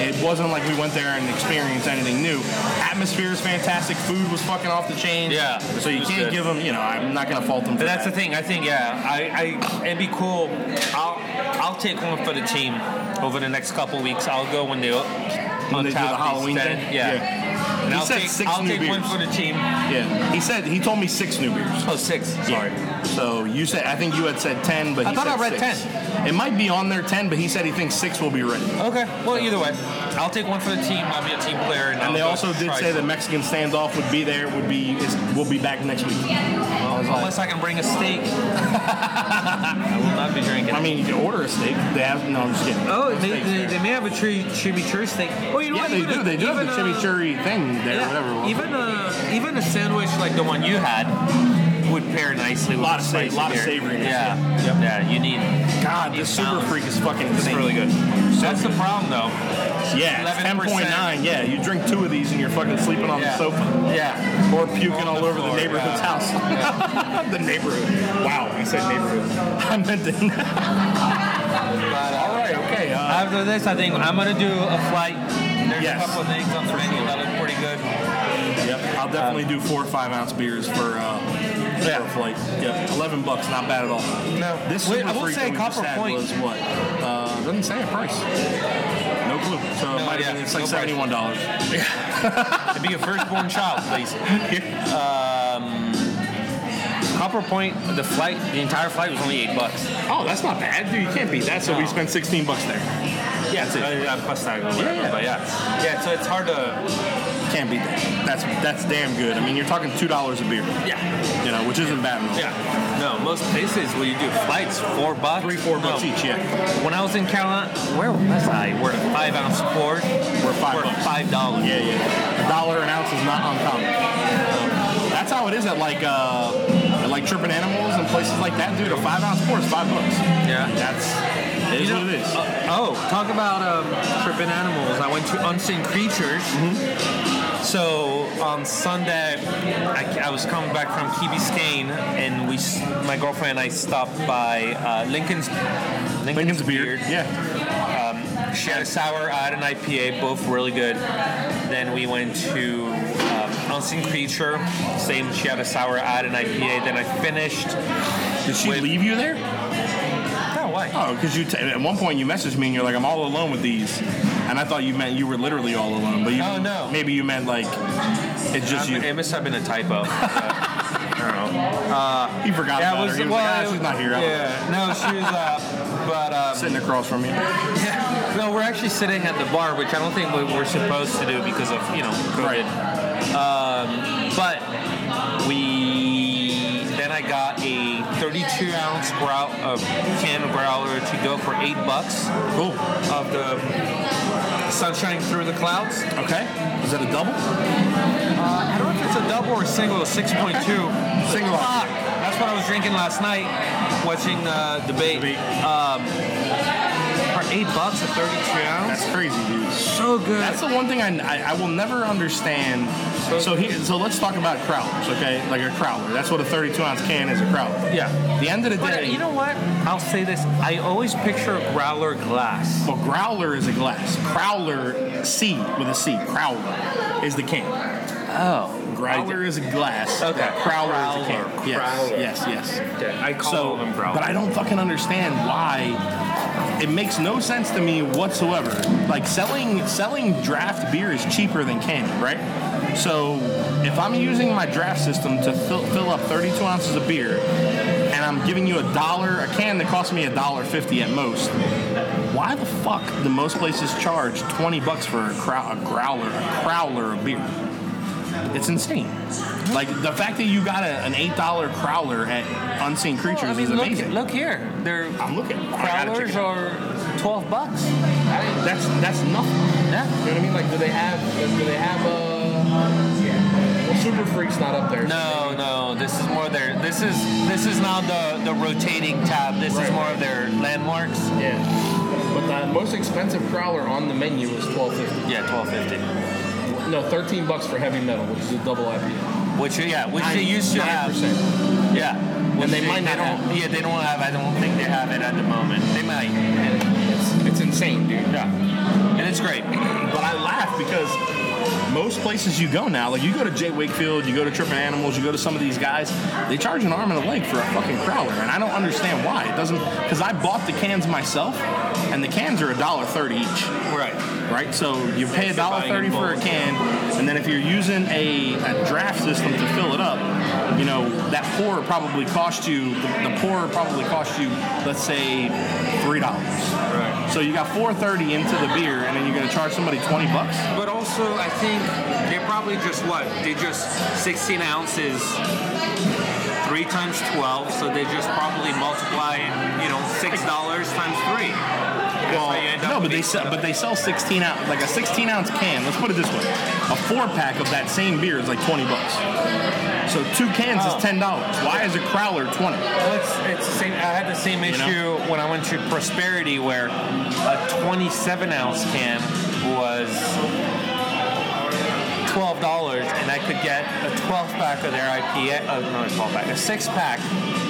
it wasn't like we went there and experienced anything new. Atmosphere is fantastic. Food was fucking off the chain.
Yeah.
So you
It was
can't
good.
give them. You know, I'm not gonna fault them. For
But that's the
that.
thing. I think yeah, I, I it'd be cool. I'll I'll take one for the team over the next couple weeks. I'll go when they
When
when
they do the Halloween thing.
Yeah. And
He
I'll
said
take,
six
I'll
new
take one
beers.
for the team.
Yeah. He said he told me six new beers.
Oh, six. Sorry.
Yeah. So you said I think you had said ten, but he
I thought
said
I read
six. It might be on there ten, but he said he thinks six will be ready.
Okay. Well, either way, I'll take one for the team. I'll be a team player. And, I'll
And they
go
also did
try
say the Mexican standoff would be there. Would be is, will be back next week.
Unless I can bring a steak, I will not be drinking.
I mean, you can order a steak. They have no. I'm just kidding.
Oh, they,
Steaks
they,
there.
they may have a tree, chimichurri steak. Oh, you uh, know
yeah,
what?
they
Even
do.
a-
They do have the
even a-
chimichurri thing there,
yeah,
whatever. it was.
Even a even a sandwich like the one you had would pair nicely. with
Lot
the
of sa-
spicy
lot of
beer.
savoriness.
Yeah, yeah. You need.
God, this super
balance.
freak is fucking
um, It's
insane.
really good. That's the problem though.
Yeah, it's
11%.
10.9. Yeah, you drink two of these and you're fucking sleeping on the
Yeah.
sofa
Yeah.
or puking
On
all
the
over the
floor,
neighborhood's
yeah.
house. the neighborhood. Wow, I said neighborhood. I meant to. all right, okay. Uh,
After this, I think I'm gonna do a flight. There's
Yes.
a couple of things on the menu that look pretty good.
Yep, I'll definitely do four or five ounce beers for, uh, for a flight. Yep, eleven bucks, not bad at all.
No.
This
Wait,
Super
I will
Freak that
say
we just
Copper
had
Point.
was what? Uh, doesn't say a price. No clue. So it
No
might have
idea.
been, it's
No
like
price.
seventy one dollars.
To be a firstborn child, please. Um, Copper Point, the flight, the entire flight was only eight bucks.
Oh, that's not bad, dude. You can't beat that. So we spent sixteen bucks there.
Yeah, it's I, I plus that or whatever,
Yeah, yeah.
but yeah. Yeah, so it's hard to.
Can't beat that. That's that's damn good. I mean, you're talking two dollars a beer,
Yeah,
you know, which isn't bad at all.
yeah. No, most places where you do flights, four bucks.
Three, four bucks
No.
each, yeah.
When I was in Carolina, where was I? We're at five ounce port.
We're five
We're
bucks.
five dollars.
Yeah, yeah. A dollar an ounce is not uncommon. That's how it is at like uh, at like tripping animals and places like that, dude. A five ounce pour is five bucks.
Yeah.
That's it is
You know-
what it is.
Uh, oh, talk about um, tripping animals. I went to Unseen Creatures.
Mm-hmm.
So on Sunday, I, I was coming back from Key Biscayne, and we, s- my girlfriend and I, stopped by uh, Lincoln's. Lincoln's,
Lincoln's beard. Yeah.
She had a sour, I had an IPA, both really good. Then we went to um, Unseen Creature, same. She had a sour, I had an IPA. Then I finished.
Did she
With-
leave you there?
Oh, why?
Oh, because you t- at one point you messaged me and you're like, I'm all alone with these, and I thought you meant you were literally all alone, but you
Oh, no.
maybe you meant like it's just you.
Um, It must have been a typo. Uh, I don't know.
He forgot
Yeah,
about
it was,
her. He was
well,
like, ah,
it-
she's not here. I'm
Yeah, no, she was. Uh, but um,
Sitting across from you.
no, we're actually sitting at the bar, which I don't think we we're supposed to do because of you know COVID. Um, but we then I got a 32 ounce growl, uh, can of growler to go for eight bucks
Cool.
of the sun shining through the clouds.
Okay. Is that a double?
I don't know if it's a double or a single, a 6.2.
Single.
Fuck. That's what I was drinking last night, watching uh, debate.
Debate.
Um, for eight bucks a 32 ounce.
That's crazy, dude.
so good.
That's the one thing I, I, I will never understand. So here, so let's talk about crowlers, okay? Like a crowler. That's what a 32 ounce can is a crowler.
yeah.
At the end of the
uh,
But
day,
you know what? I'll say this. I always picture a growler glass.
a growler is a glass. Crowler, C with a C. Crowler is the can.
Oh.
Growler is a glass.
Okay.
Crowler is a
Crowler.
can. Yes,
Crowler.
yes, yes.
Okay, I call
So,
them growlers.
but
Oh,
I don't fucking understand why. It makes no sense to me whatsoever. Like selling selling draft beer is cheaper than canning, right? So if I'm using my draft system to fill, fill up 32 ounces of beer, and I'm giving you a dollar a can that costs me a dollar fifty at most, why the fuck do most places charge 20 bucks for a, crow- a growler, a crowler of beer? It's insane. Like the fact that you got a, an eight dollar crowler at Unseen Creatures
I mean,
is
look,
amazing.
look here. They're
I'm looking. I gotta
Crowlers
check it out.
are twelve bucks.
That's that's nothing.
Yeah.
You know what I mean? Like, do they have? Do they have Uh, well, Super Freak's not up there.
No, no. This is more their. This is this is now the the rotating tab. This is
Right.
more of their landmarks.
Yeah. But the most expensive crowler on the menu is twelve fifty.
Yeah, twelve fifty.
No, thirteen bucks for heavy metal, which is a double IPA.
Which yeah, which they used to have.
9%.
Yeah. Which
they might not
don't- Yeah, they don't have. I don't think they have it at the moment. They might.
And It's, it's insane, dude. Yeah.
And it's great.
But I laugh because most places you go now, like you go to Jay Wakefield, you go to Trippin' Animals, you go to some of these guys, they charge an arm and a leg for a fucking crowler, and I don't understand why. It doesn't because I bought the cans myself, and the cans are a dollar thirty each.
Right.
right? So you pay a dollar
buying
thirty
in
for a
bulk,
can, and then if you're using a, a draft system to fill it up, you know that pour probably cost you the, the pour probably cost you let's say three dollars. Right. So you got four thirty into the beer, and then you're gonna charge somebody twenty bucks.
But also, I think they probably just what they just 16 ounces, three times 12. So they just probably multiply, you know, six dollars times three. That's how you end up
no, but they
with-
sell but they sell sixteen ounce like a sixteen ounce can. Let's put it this way: a four pack of that same beer is like twenty bucks. So two cans
Oh.
is ten dollars. Why is a crowler twenty?
Well, it's, it's the same. I had the same
You
issue
know?
when I went to Prosperity, where a 27 ounce can was twelve dollars, and I could get a 12 pack of their IPA. Uh, not a 12 pack, a six pack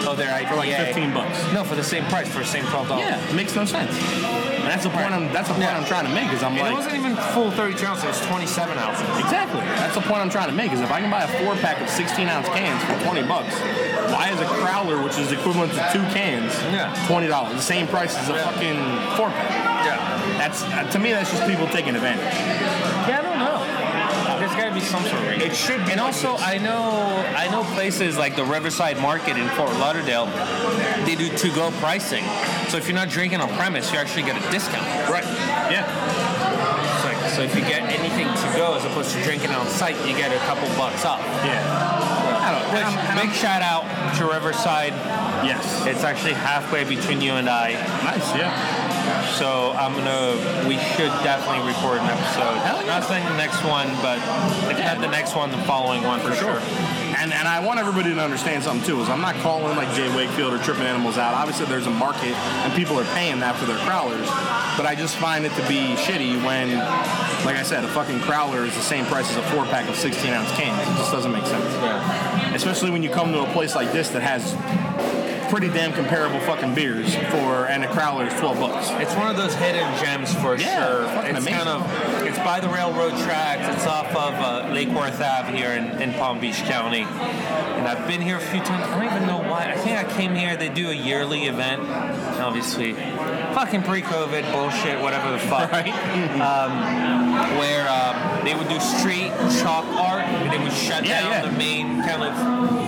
of their IPA
For like fifteen bucks.
No, for the same price, for the same twelve dollars.
Yeah, it makes no sense. And that's the point. I'm, that's the point
Oh. Yeah.
I'm trying to make. Is I'm
And it
like,
wasn't even full 32 ounces, it was 27 ounces.
exactly. That's the point I'm trying to make. Is if I can buy a four pack of 16 ounce cans for 20 bucks, why is a crowler, which is equivalent to two cans,
Yeah.
20 dollars, the same price as a fucking four pack?
Yeah.
That's uh, to me, that's just people taking advantage.
Yeah, I don't know. There's gotta be some sort of reason.
It should be.
And also, I know I know places like the Riverside Market in Fort Lauderdale. They do to-go pricing. So if you're not drinking on premise, you actually get a discount.
right. Yeah.
It's like- so if you get anything to go as opposed to drinking on site, you get a couple bucks up.
Yeah. I don't.
Which,
and I'm- and I'm-
big shout out to Riverside.
yes.
It's actually halfway between you and I.
Nice. Yeah.
So I'm gonna. We should definitely record an episode.
Hell yeah.
Not saying the next one, but if not the next one, the following one for, sure.
And, and I want everybody to understand something too is I'm not calling like Jay Wakefield or Tripping Animals out. Obviously, there's a market and people are paying that for their crowlers, but I just find it to be shitty when, like I said, a fucking crowler is the same price as a four pack of 16 ounce cans. It just doesn't make sense. Especially when you come to a place like this that has pretty damn comparable fucking beers for and a crowler is 12 bucks.
It's one of those hidden gems for
Yeah,
sure.
fucking
It's
amazing.
kind of it's by the railroad tracks. It's off of uh, Lake Worth Ave here in, in Palm Beach County. And I've been here a few times. I don't even know why. I think I came here. They do a yearly event, obviously. Fucking pre-COVID bullshit, whatever the fuck. Right. um, where um, they would do street chalk art. and They would shut
Yeah,
down
yeah.
the main kind of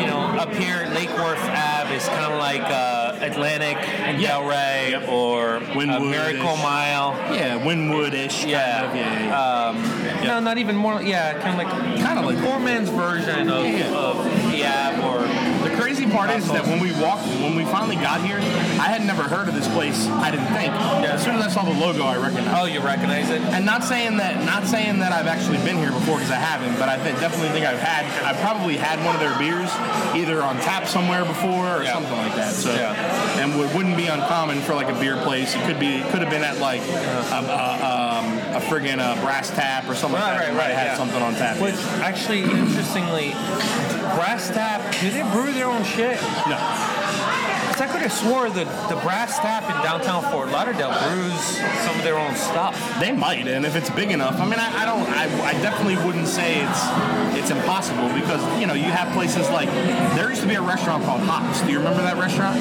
you know, up here, Lake Worth Ave is kind of like uh, Atlantic and
Yeah.
Delray
Yep.
or uh,
Wynwood-ish.
Miracle Mile.
Yeah, Winwood-ish. kind
Yeah.
of, yeah, yeah.
Um, No, not even more. Yeah, kind of like
Kinda
a
like-
poor man's version of,
Yeah.
of the Ave or
The crazy part is that when we walked, when we finally got here, I had never heard of this place. I didn't think. As soon as I saw the logo, I recognized.
oh, you recognize it?
And not saying that, not saying that I've actually been here before because I haven't, but I thi- definitely think I've had, I probably had one of their beers either on tap somewhere before or
Yeah.
something like that. So,
Yeah.
and it wouldn't be uncommon for like a beer place. It could be, it could have been at like a, a, um, a friggin' uh, brass tap or something
Right,
like that.
right,
Might have
right,
Had
yeah.
something on tap.
Which actually, interestingly, Brass Tap, do they brew their own shit?
No.
Because I could have swore that the brass tap in downtown Fort Lauderdale brews some of their own stuff.
They might, and if it's big enough, I mean, I, I don't, I, I definitely wouldn't say it's it's impossible because you know you have places like there used to be a restaurant called Hops. Do you remember that restaurant?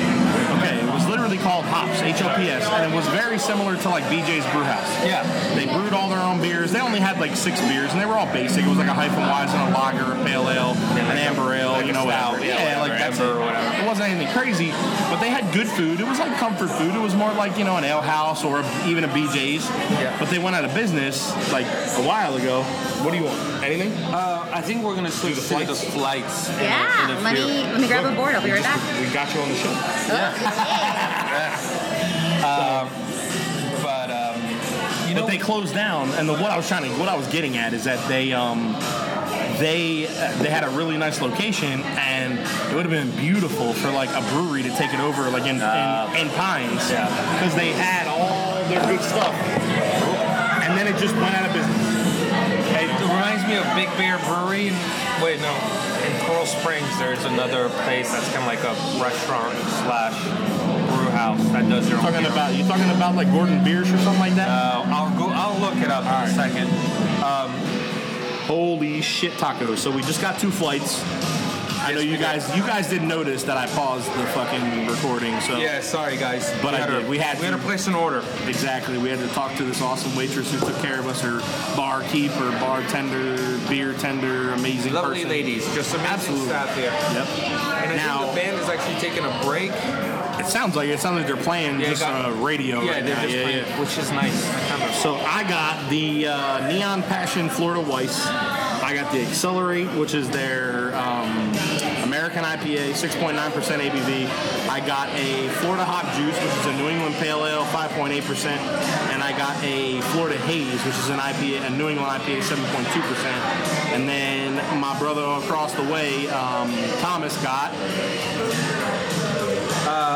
Okay, it was literally called Hops, H-O-P-S, and it was very similar to like BJ's Brewhouse.
Yeah.
They brewed all their own beers. They only had like six beers, and they were all basic. It was like a Hefeweizen, a lager, a pale ale, an amber ale, you know, out.
yeah,
Yeah, like
whatever,
that's
amber
it.
or whatever.
It wasn't anything crazy, but they had good food. It was like comfort food. It was more like you know an ale house or even a BJ's.
Yeah.
But they went out of business like a while ago. What do you want? Anything?
Uh, I think we're gonna switch to the flights. in a- in
Yeah,
a
let
few.
me let me grab a board. I'll be right back.
We got you on the show.
But um, you know,
But they closed down, and the, what I was trying to, what I was getting at is that they, um, they, uh, they had a really nice location, and it would have been beautiful for like a brewery to take it over, like in in, in Pines,
yeah.
because they had all their good stuff, and then it just went out of business.
It reminds me of Big Bear Brewery. in- Wait, no. In Coral Springs, there's another place that's kind of like a restaurant slash brew house that does their own.
Talking about you talking about like Gordon Biersch or something like that.
Uh, I'll go. I'll look it up in a second.
Uh, Holy shit, tacos! So we just got two flights. I know you guys. You guys didn't notice that I paused the fucking recording. So
Yeah, sorry guys.
But I
had
did.
to-
We had
we had to
to.
place an order.
Exactly. We had to talk to this awesome waitress who took care of us, her barkeep, her bartender, beer tender, amazing
Lovely
person.
ladies, just amazing
Absolutely.
staff here.
Yep.
And I
Now-
think the band is actually taking a break.
It sounds like it sounds like they're playing
Yeah,
just
got-
uh, radio
yeah,
right
they're
now.
just
yeah,
playing,
yeah.
which is nice. I kind of-
So I got the uh, Neon Passion Florida Weiss. I got the Accelerate, which is their um, American IPA, 6.9% ABV. I got a Florida Hop Juice, which is a New England Pale Ale, 5.8%. And I got a Florida Haze, which is an IPA, a New England IPA, 7.2%. And then my brother across the way, um, Thomas, got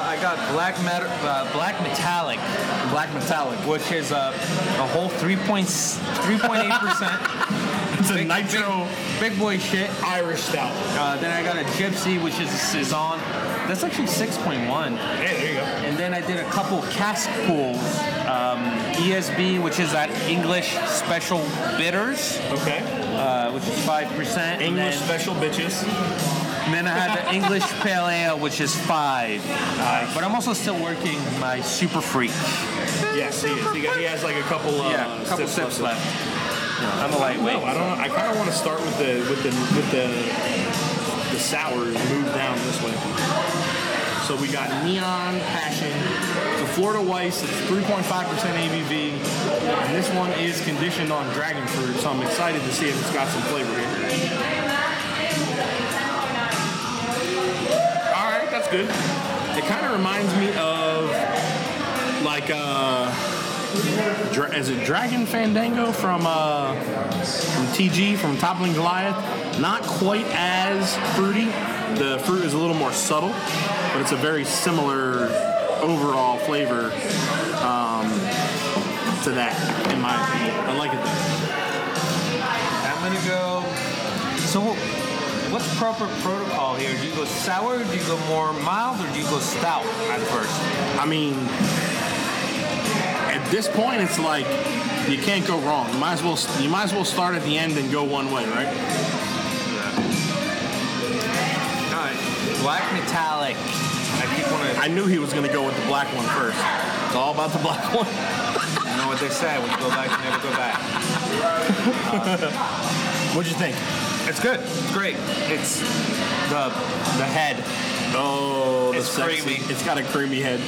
I got black metal, uh, black metallic,
Black Metallic.
which is uh, a whole 3.8 percent.
It's a nitro
Big boy shit.
Irish stout.
Uh, then I got a gypsy, which is a saison. That's actually 6.1.
Yeah, there you go.
And then I did a couple cask pools. Um, ESB, which is that English special bitters,
Okay.
uh, which is five percent.
English
And then,
special bitches.
and then I had the English pale ale, which is five. Uh, but I'm also still working my super freak.
Yes, he is. He, got, he has like a couple, uh,
yeah, a couple sips,
left.
left. I'm a lightweight.
No, I don't. know. I kind of want to start with the with the with the the sours. Move down this way. So we got Neon Passion, the Florida Weiss. It's 3.5% ABV, and this one is conditioned on dragon fruit. So I'm excited to see if it's got some flavor here. All right, that's good. It kind of reminds me of like uh, dra- is it Dragon Fandango from uh from TG from Toppling Goliath. Not quite as fruity. The fruit is a little more subtle, but it's a very similar overall flavor um, to that, in my opinion. I like it though.
I'm gonna go. So, what- what's proper protocol here? Do you go sour? Do you go more mild, or do you go stout at first?
I mean, at this point, it's like you can't go wrong. You might as well you might as well start at the end and go one way, right?
All right. Black metallic. I keep wanting.
I knew he was going to go with the black one first. It's all about the black one.
You know what they say, when you go back, you never go back.
What'd you think?
It's good. It's great. It's the the head.
Oh,
It's
sexy-
creamy.
It's got a creamy head.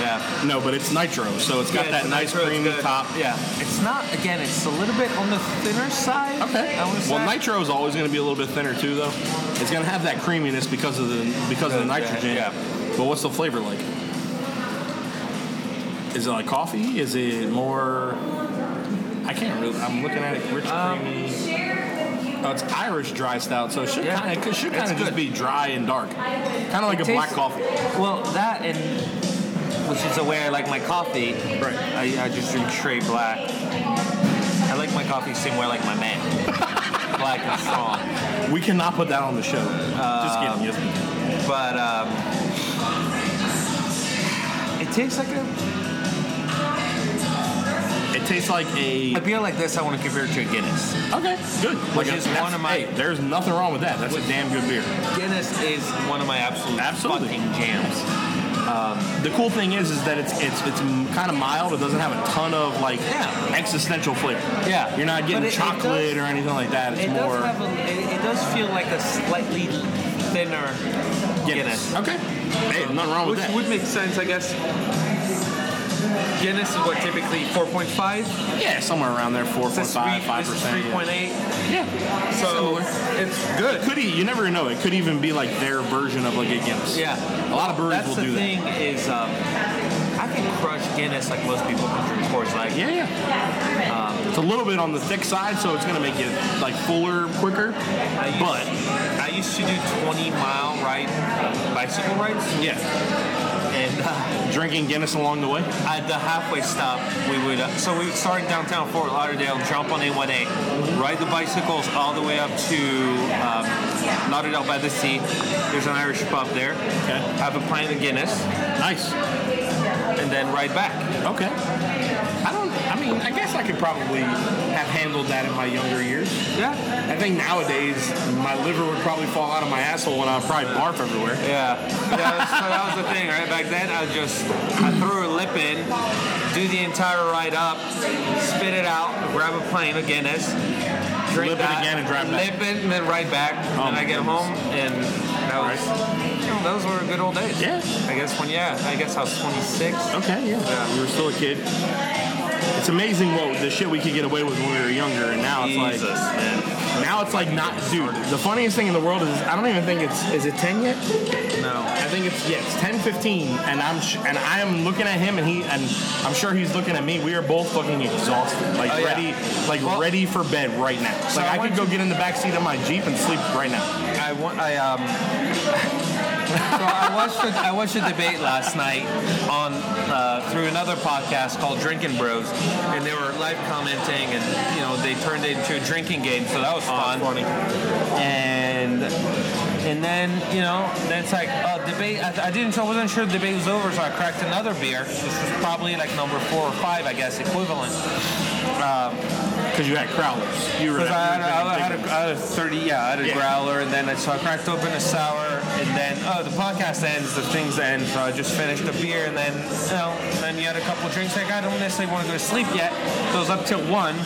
Yeah.
No, but it's nitro, so it's got that nice creamy top.
Yeah. It's not again, it's a little bit on the thinner side.
Okay.
I wanna say.
Well, nitro is always going to be a little bit thinner too, though. It's going to have that creaminess because of the because of the
Yeah,
nitrogen.
yeah.
But what's the flavor like? Is it like coffee? Is it more? I can't really. I'm looking at it. Rich,
Um,
creamy. Oh, it's Irish dry stout, so it should
Yeah.
kind of it should
It's
kind of just
good.
be dry and dark, kind of like a
It
black
tastes-
coffee.
Well, that and which is where I like my coffee.
Right.
I, I just drink straight black. I like my coffee same way I like my man. black and strong.
We
Um,
cannot put that on the show. just kidding. Yes, we can.
But um, tastes like a,
It tastes like a
a beer like this. I want to compare it to a Guinness.
okay, good.
Which
a-
is
that's-
one of my-
Hey, there's nothing wrong with that. That's a damn good beer.
Guinness is one of my absolute
Absolutely.
fucking jams.
The cool thing is, is that it's it's it's kind of mild. It doesn't have a ton of like
Yeah.
existential flavor.
Yeah.
you're not getting
But it- it
chocolate
does-
or anything like that. It's
It
more
does have a. It, it does feel like a slightly thinner Guinness.
Okay, hey, nothing wrong with
Which
that.
would make sense, I guess. Guinness is what typically 4.5.
yeah, somewhere around there, four, four,
This is
five,
three-
five
this is
percent. yeah.
3.8. Yeah. So it's good.
Could e- you never know? It could even be like their version of like a Guinness.
Yeah.
a lot of breweries
That's
will
the
do
thing is, um, I can crush Guinness like most people can drink Coors Light.
that. Yeah, yeah. Um, it's a little bit on the thick side, so it's gonna make it like fuller, quicker.
I used,
But
I used to do 20 mile ride bicycle rides,
yeah,
and uh,
drinking Guinness along the way.
at the halfway stop, we would. Uh, so we would start downtown Fort Lauderdale, jump on A1A, ride the bicycles all the way up to um, Lauderdale by the Sea. There's an Irish pub there.
Okay.
Have a pint of Guinness,
Nice.
and then ride back.
Okay. I don't. I mean, I guess I could probably have handled that in my younger years.
Yeah.
I think nowadays my liver would probably fall out of my asshole and I'd probably barf everywhere.
Yeah. yeah that's- so that was the thing, right? Back then, I just I threw a lip in, do the entire ride up, spit it out, grab a pint of Guinness, drink
Lip it
that,
again and drive back.
lip it, and then ride back.
Oh,
and
my
I get home, and that was you know, those were good old days.
Yeah. Oh,
I guess when yeah, I guess I was 26.
Okay, yeah.
Yeah.
We were still a kid. It's amazing what the shit we could get away with when we were younger, and now it's like
man.
now it's like not. Dude, the funniest thing in the world is I don't even think it's is it ten yet.
No.
I think it's yeah, it's 10:15, and I'm sh- and I am looking at him, and he and I'm sure he's looking at me. We are both fucking exhausted, like
Oh, yeah.
ready, like
Well-
ready for bed right now.
So I
like I,
went
could go get in the back seat of my jeep and sleep right now.
I want. I um. so I watched. A, I watched a debate last night on uh, through another podcast called Drinking Bros, and they were live commenting, and you know they turned it into a drinking game, so that was fun. And and then you know then it's like uh, debate. I, I didn't. I wasn't sure the debate was over, so I cracked another beer. This was probably like number four or five, I guess, equivalent.
Because you had crowlers, you were.
Because I, had,
you were
I, had
big-
a, I had a 30, yeah, I had a
Yeah.
growler, and then I, so I cracked open a sour, and then, oh, the podcast ends, the things end, so I just finished a beer, and then, you know, then you had a couple drinks, like, I don't necessarily want to go to sleep yet, so it was up till 1, and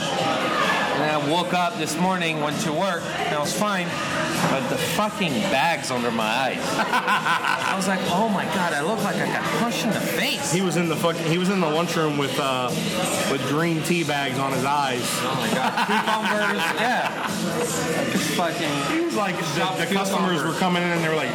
then I woke up this morning, went to work, and I was fine, but the fucking bags under my eyes. I was like, oh my god, I look like I got punched in the face.
he was in the fucking. He was in the lunchroom with uh, with green tea bags on his eyes.
oh my god, cucumbers, yeah. It's fucking...
He was like
Shop
the, the
cucumber.
customers were coming in and they were like,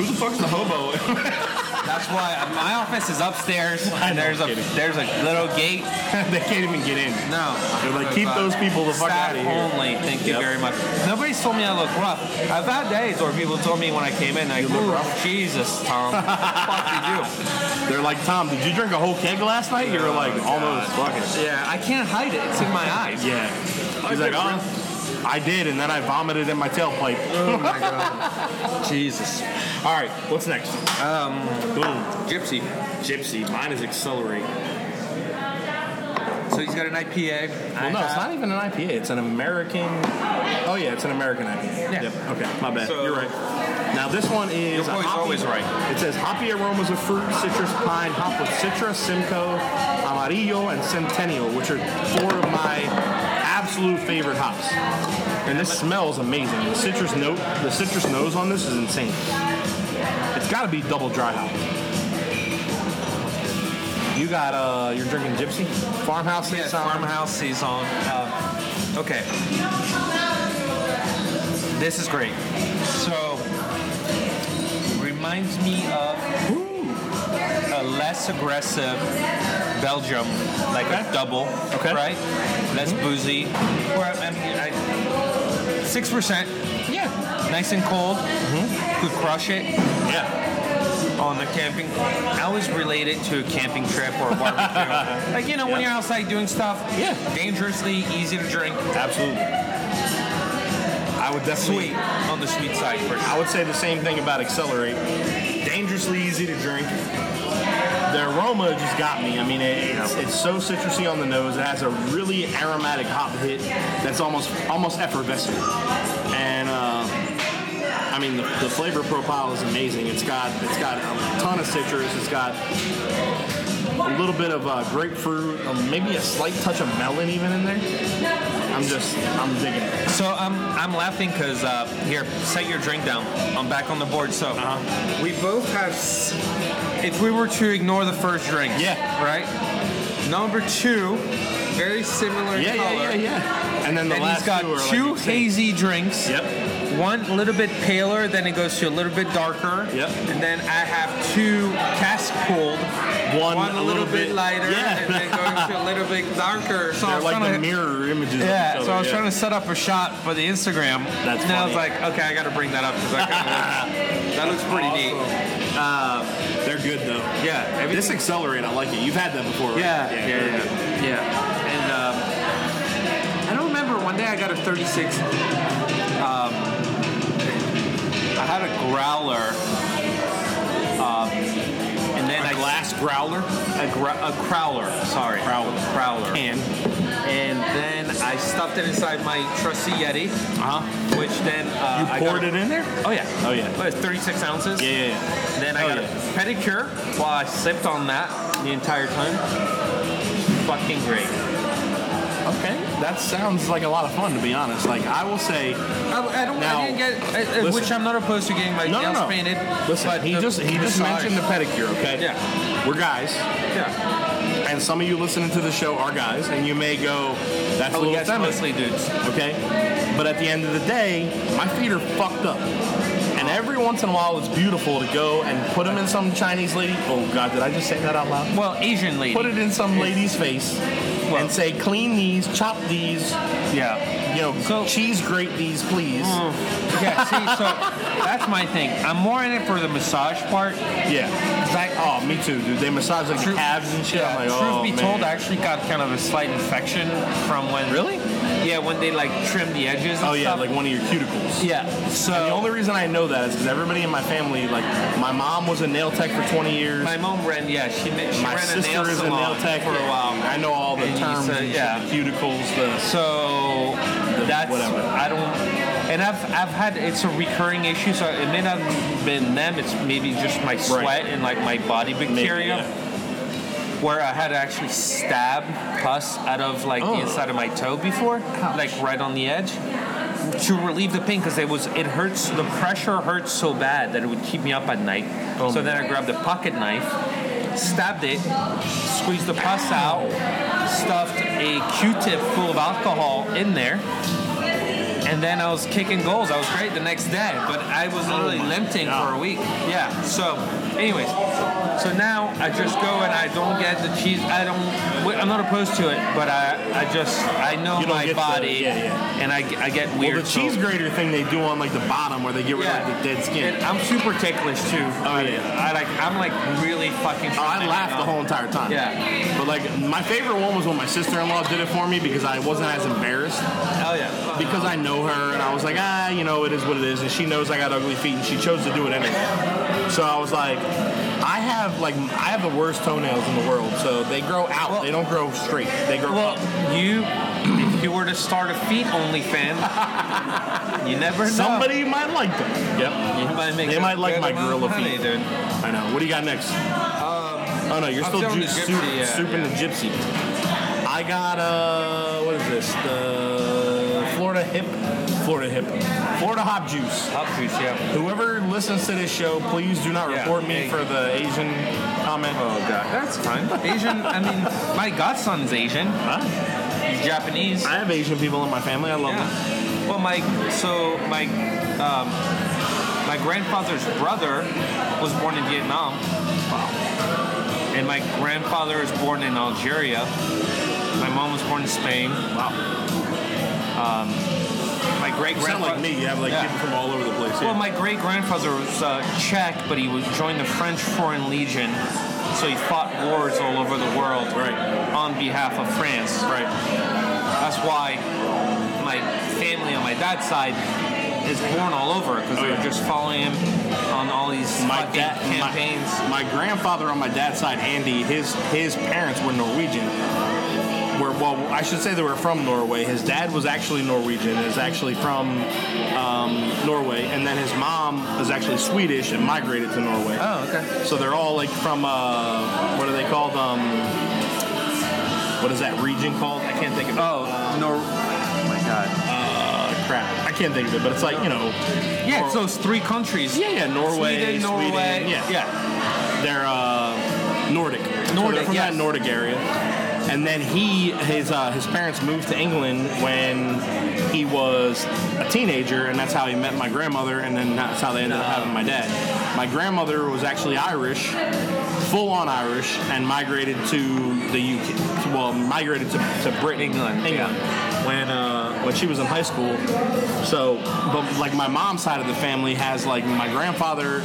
"Who the fuck's the hobo?"
That's why my office is upstairs.
I
And
know,
there's a
I'm kidding.
there's a little gate.
they can't even get in.
No.
They're like, "Keep those people the fuck
Staff
out of here."
only. Thank you
Yep.
very much. Nobody's told me I look rough. I've had days where people told me when I came in, like, "Ooh, Jesus, Tom, what the fuck you
They're like, "Tom, did you drink a whole keg last night?" You were like, "Almost fucking."
do?" Yeah, I can't hide it. It's in my eyes.
Yeah. He's like, oh, I did, and then I vomited in my tailpipe.
Oh my god. Jesus.
All right, what's next? Um, Boom.
Gypsy.
Gypsy. Mine is Accelerate.
So he's got an IPA.
Well, no, it's not even an IPA. It's an American. Oh, yeah, it's an American IPA.
Yeah.
Yep. Okay, my bad.
So-
You're right. Now, this one is.
Your
a
boy's
hoppy-
always right.
It says hoppy aromas of fruit, citrus, pine, hop with Citra, Simcoe, Amarillo, and Centennial, which are four of my absolute favorite hops. And this smells amazing. The citrus note, the citrus nose on this is insane. It's got to be double dry hop. You got uh, you're drinking Gypsy Farmhouse.
Yeah,
Saison.
farmhouse season. Um, okay. This is great. So, reminds me of a less aggressive Belgium, like
Okay.
a double,
Okay. Mm-hmm.
right? Less boozy. Or, I mean, I, 6%,
Yeah. Mm-hmm.
nice and cold. Could crush it
Yeah.
on the camping. I always relate it to a camping trip or a barbecue. like you know, when
Yeah.
you're outside doing stuff,
Yeah.
dangerously easy to drink,
Absolutely. I would definitely.
sweet on the sweet side for sure.
I would say the same thing about Accelerate. Dangerously easy to drink. the aroma just got me. I mean, it, it's, it's so citrusy on the nose. It has a really aromatic hop hit that's almost almost effervescent. And uh, I mean, the, the flavor profile is amazing. It's got it's got a ton of citrus. It's got a little bit of uh, grapefruit, uh, maybe a slight touch of melon even in there. I'm just I'm digging it.
So I'm I'm laughing because uh, here, set your drink down. I'm back on the board. So we both have. s- If we were to ignore the first drink,
Yeah.
right. Number two, very similar in
Yeah,
color.
yeah, yeah, yeah. And then the
And
last
he's got
two
two,
are like insane.
hazy drinks.
Yep.
One a little bit paler, then it goes to a little bit darker.
Yep.
And then I have two cask cooled.
One,
One a little bit lighter,
Yeah.
and then going to a little bit darker. So I
They're
was
like
trying
the
to,
mirror images. Of
yeah,
each other.
so I was trying to set up a shot for the Instagram.
That's
and I was
funny.
like, okay, I got to bring that up because that looks pretty neat.
to. Uh, They're good though.
Yeah, everything-
This accelerate, I like it. You've had that before, right?
Yeah, yeah, yeah, yeah. And um, I don't remember. One day I got a 36. Um, I had a growler. Um, and then
A
I
glass growler.
a, gr- a crowler. Sorry, crowler, crowler.
And
And then I stuffed it inside my trusty Yeti,
uh-huh.
which then uh, I
poured
got
it in there.
Oh yeah.
Oh, yeah.
What, 36 ounces.
Yeah, yeah, yeah.
Then I
Oh,
got
yeah.
a pedicure while I sipped on that the entire time. Fucking great.
Okay, that sounds like a lot of fun to be honest. Like I will say,
I, I don't.
Now,
I didn't get. I- I,
listen.
which I'm not opposed to getting my
no, no,
nails
no.
painted.
Listen,
but
he
the-
just he
the
just
size.
mentioned the pedicure. Okay,
Yeah.
we're guys,
Yeah.
and some of you listening to the show are guys, and you may go, "That's a
Oh,
little
yes,
feminine."
mostly dudes.
okay? But at the end of the day, my feet are fucked up. And every once in a while, it's beautiful to go and put them in some Chinese lady. Oh God, did I just say that out loud?
Well, Asian lady.
Put it in some lady's face and say, "Clean these, chop these,
yeah.
you know,
So- Mm.
cheese grate these, please."
yeah. See, so that's my thing. I'm more in it for the massage part.
Yeah.
'cause I,
Oh, me too, dude. They massage like the
Truth-
calves and shit.
yeah,
I'm like,
truth
oh
be
man.
told, I actually got kind of a slight infection from when.
Really?
Yeah, when they like trim the edges. And
oh yeah,
stuff.
like one of your cuticles.
yeah. So
The only reason I know that is because everybody in my family, like, my mom was a nail tech for 20 years.
my mom ran. Yeah, she, ma- she
My
ran
sister
a nail
is a
salon
nail tech
for a while.
I know all the
And you
terms,
said-
and
yeah.
shit, the cuticles, the
So that's
whatever.
I don't, and I've I've had it's a recurring issue. So it may not have been them. It's maybe just my sweat
Right.
and like my body bacteria. Where I had to actually stab pus out of like
Oh.
the inside of my toe before, like right on the edge, to relieve the pain because it was it hurts. The pressure hurts so bad that it would keep me up at night.
Oh
so then I grabbed a pocket knife, stabbed it, squeezed the pus out, stuffed a Q-tip full of alcohol in there, and then I was kicking goals. I was great the next day, but I was
Oh
literally limping for a week. Yeah. So, anyways, so now I just go and I don't get the cheese. I don't. wait, I'm not opposed to it, but I I just I know
You don't
my
get the-
body,
yeah, yeah.
and I, I get
Well,
weird.
the
so-
cheese grater thing they do on like the bottom where they get rid of like, the dead skin.
And I'm super ticklish too.
Oh, yeah.
I like I'm like really fucking.
Oh, I laughed the whole entire time.
Yeah.
But like my favorite one was when my sister-in-law did it for me because I wasn't as embarrassed
Oh yeah.
because I know her and I was like, ah, you know, it is what it is, and she knows I got ugly feet and she chose to do it anyway. So I was like, I have like I have the worst toenails in the world, so they grow out.
Well-
they don't grow straight. They grow
Well,
up.
you, if you were to start a feet only fan, you never know.
Somebody might like them. Yep.
you might make
they
a
might like
good
my
amount of
gorilla
money,
feet.
dude.
I know. What do you got next? oh no, you're
I'm
still
still on
ju-
the gypsy,
soup,
yeah,
souping the gypsy. I got uh, what is this? The Florida hip, Florida hip, Florida hop juice.
Hop juice, yeah.
Whoever listens to this show, please do not
Yeah,
report me
hey.
for the Asian comment. Oh god.
That's fine. Asian. I mean, my godson's Asian. He's Japanese.
I have Asian people in my family. I love them.
Yeah. Well, my so my um, my grandfather's brother was born in Vietnam. And my grandfather was born in Algeria. My mom was born in Spain. Wow. Um, my great
You sound
grandfather.
like me. You have like
Yeah.
people from all over the place.
Well,
Yeah.
my great grandfather was uh, Czech, but he was joined the French Foreign Legion, so he fought wars all over the world
Right.
on behalf of France.
right.
That's why my family on my dad's side is born all over because
Oh,
they're
yeah.
just following him on all these
my
fucking
dad, my-
campaigns.
my, grandfather on my dad's side, Andy, his his parents were Norwegian. Were well, I should say they were from Norway. His dad was actually Norwegian. Is actually from um, Norway, and then his mom is actually Swedish and migrated to Norway.
oh, okay.
So they're all like from uh, what are they called? Um, what is that region called? I can't think of it.
Oh, Nor. Oh my god.
Uh, crap, I can't think of it. But it's like you know,
Yeah, it's those three countries.
yeah, yeah, Norway,
Sweden, Norway.
yeah,
yeah.
They're uh, Nordic. so they're
Nordic,
from
yes.
that Nordic area. And then he, his, uh, his parents moved to England when he was a teenager, and that's how he met my grandmother, and then that's how they ended up having my dad. My grandmother was actually Irish, full on Irish, and migrated to the UK. Well, migrated to, to Britain,
England,
England, when uh, when she was in high school. So, but like my mom's side of the family has like my grandfather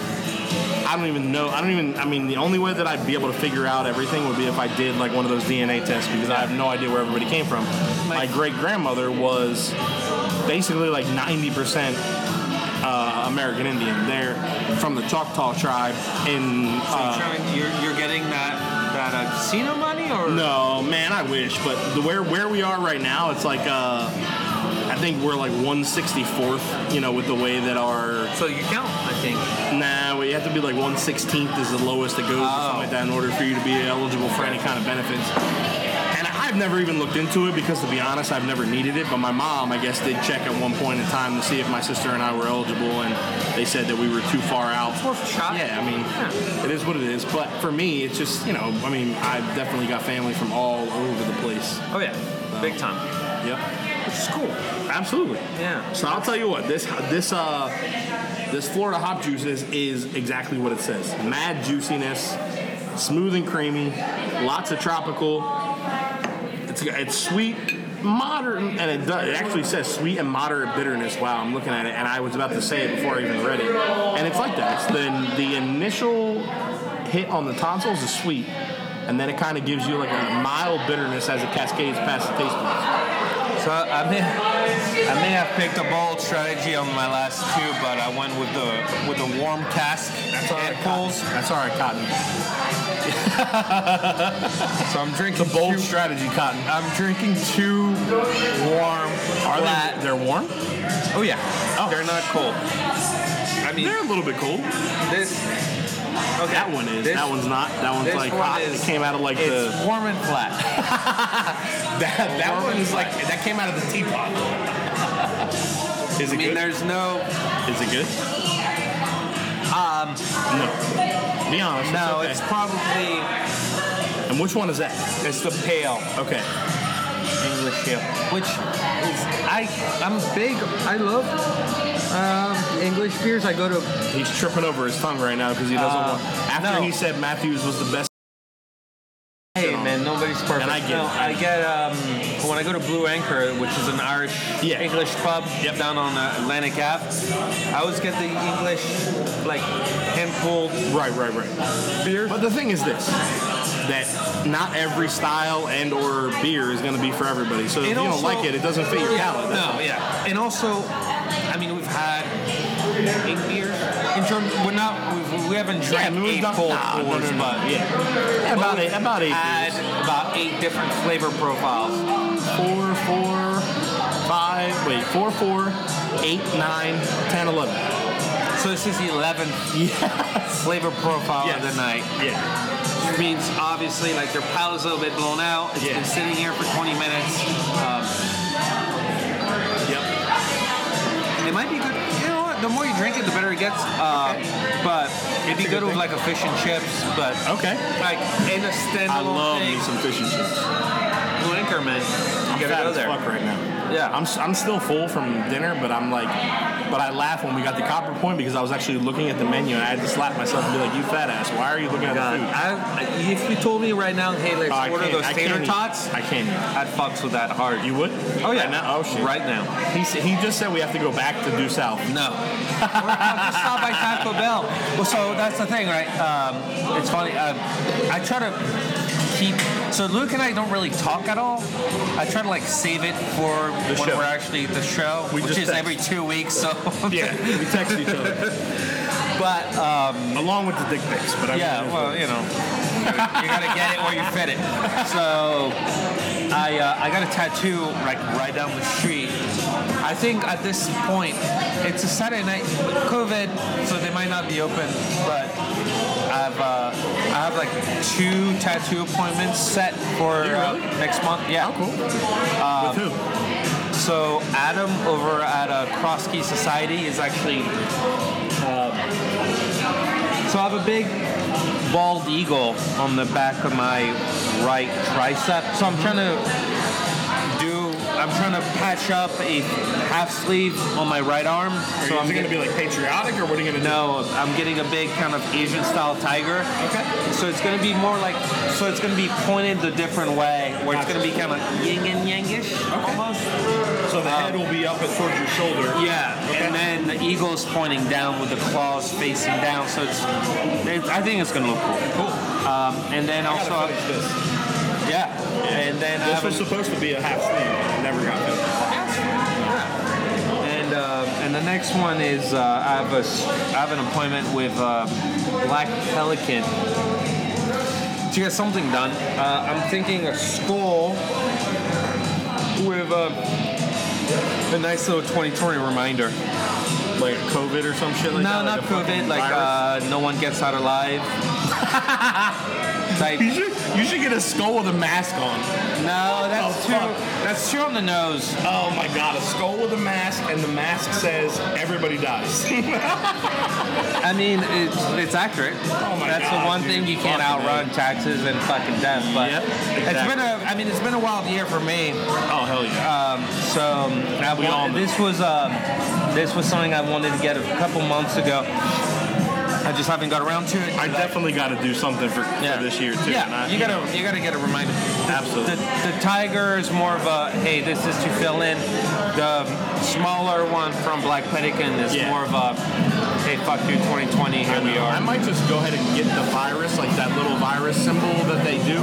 I don't even know. I don't even. I mean, the only way that I'd be able to figure out everything would be if I did like one of those DNA tests because I have no idea where everybody came from. My great grandmother was basically like 90% uh, American Indian. They're from the Choctaw tribe in. Uh,
you're, you're getting that that uh, casino money or
no, man, I wish. But the where where we are right now, it's like uh, I think we're like 164th. You know, with the way that our
So you count, I think.
Nah, well, you have to be like 116th is the lowest that goes or something like that in order for you to be eligible for any kind of benefits. And I've never even looked into it because, to be honest, I've never needed it. But my mom, I guess, did check at one point in time to see if my sister and I were eligible, and they said that we were too far out.
Worth a shot.
Yeah, I mean, it is what it is. But for me, it's just, you know, I mean, I've definitely got family from all over the place.
Oh yeah, big time.
Yep,
Which is cool.
absolutely.
Yeah.
So I'll tell you what this this uh this Florida hop juice is is exactly what it says. Mad juiciness, smooth and creamy, lots of tropical. It's it's sweet, moderate, and it does, it actually says sweet and moderate bitterness. Wow, I'm looking at it, and I was about to say it before I even read it, and it's like that. It's the the initial hit on the tonsils is sweet. And then it kind of gives you like a mild bitterness as it cascades past the taste buds.
So I may I may have picked a bold strategy on my last two, but I went with the with the warm cask and pulls.
That's all right, Cotton.
So I'm drinking two,
strategy, Cotton.
I'm drinking two warm
Are
flat.
they? They're warm.
oh yeah. They're not cold. I mean
They're a little bit cold.
this okay.
That one is.
This-
that one's not. That one's
this
like
one
hot.
is-
it came out of like
it's
the.
warm and flat.
That that one is like that came out of the teapot. is
I
it
mean
good?
there's no
Is it good? Um. No. Be honest.
no,
okay.
it's probably
and which one is that?
it's the pale.
Okay.
English ale, which is I I'm big. I love um, English beers. I go to
He's tripping over his tongue right now because he doesn't want. After
Uh, no.
he said Matthews was the best.
hey man, nobody's perfect.
And I get
No,
it.
I get um, when I go to Blue Anchor, which is an Irish
Yeah.
English pub
Yep.
down on uh, Atlantic Ave. I always get the English like hand pulled
Right, right, right.
beer.
But the thing is this. That not every style and or beer is going to be for everybody. So if you
And
don't
also-
like it, it doesn't fit your palate. That's
No, yeah. And also, I mean, we've had eight beers. In terms, we're not. We've, we haven't
Yeah, I
drank
mean, we've
eight
done-
full
nah, no,
pours,
no, no.
but
yeah, about eight, about eight.
Add
beers.
about eight different flavor profiles.
Four, four, five. Wait, four, four, eight, nine, ten, eleven.
So this is the 11th flavor profile of the night.
Yeah.
Which means obviously like their palate's a little bit blown out. It's
Yeah.
been sitting here for 20 minutes. Um,
Yep.
and it might be good. You know what? The more you drink it, the better it gets. Uh, But it'd be
a
good
good
with
thing.
like a fish and chips. But
Okay.
like in a standalone
I love
thing,
me some fish and chips.
Blue Anchor, man.
I'm
You
fat
gotta go
as
there.
fuck right now.
Yeah.
I'm, s- I'm still full from dinner, but I'm like, but I laugh when we got the copper point because I was actually looking at the menu and I had to slap myself and be like, you fat ass, why are you looking at the
God,
food?
I, if you told me right now, hey, let's
Oh, I
order
can't-
those
I can't
tater
eat.
tots,
I can't.
I'd fucks with that hard.
eat. You would?
oh yeah,
Right now? Oh shit.
right now.
He, s- he just said we have to go back to due south.
No. I'll just stop by Taco Bell. Well, so that's the thing, right? Um, it's funny. Uh, I um, try to keep. So Luke and I don't really talk at all. I try to like save it for
The
when
show.
we're actually the show,
We
which
just
is
text.
every two weeks. So
Yeah, we text each other
but um,
along with the dick pics, but I
yeah,
mean,
well, you know, you gotta get it or you fit it. So I uh, I got a tattoo like right down the street. I think at this point it's a Saturday night, COVID, so they might not be open, but. I've uh, I have like two tattoo appointments set for uh, next month. Yeah,
with who?
so Adam over at uh, Crosskey Society is actually. Uh, so I have a big bald eagle on the back of my right tricep. So I'm trying to do. I'm trying to patch up a half sleeve on my right arm.
Are
so
you,
I'm
is it going to
get-
be like patriotic, or what are you going to
no, I'm getting a big kind of Asian style tiger. Okay. So it's gonna be more like, so it's gonna be pointed the different way, where it's gonna be kind of yin and yangish almost.
do? So the head will be up at towards your shoulder.
Yeah, and then the eagle's pointing down with the claws facing down, so it's. It, I think it's gonna look cool. Cool. Um, and then
I
also,
gotta finish this.
yeah, and then I
This
have
was supposed to be a half sleeve. It Never got finished.
and um, and the next one is uh, I have a s- I have an appointment with uh, Black Pelican to get something done. Uh, I'm thinking a skull with uh, a nice little 2020 reminder.
Like COVID or some shit like that.
no, not
a
COVID.
fucking
Like
virus?
uh, no one gets out alive. like
You should, you should get a skull with a mask on.
no, that's
the
too
fuck?
that's too on the nose.
Oh my god, a skull with a mask, and the mask says everybody dies.
I mean, it's it's accurate.
Oh my
that's
God,
the one
dude.
thing you can't
Fucking
outrun taxes and fucking death. But
Yep,
it's
exactly.
been a I mean it's been a wild year for me.
oh hell yeah.
So I
We all
want,
know.
this was um, this was something I wanted to get a couple months ago. I just haven't got around to it.
I definitely got to do something for,
Yeah.
for this year too. and
Yeah,
I-
you gotta you gotta get a reminder.
Absolutely.
The, the tiger is more of a hey, this is to fill in. The smaller one from Black Pelican is
Yeah.
more of a hey, fuck you, 2020, here we
I
are.
might just go ahead and get the virus, like that little virus symbol that they do,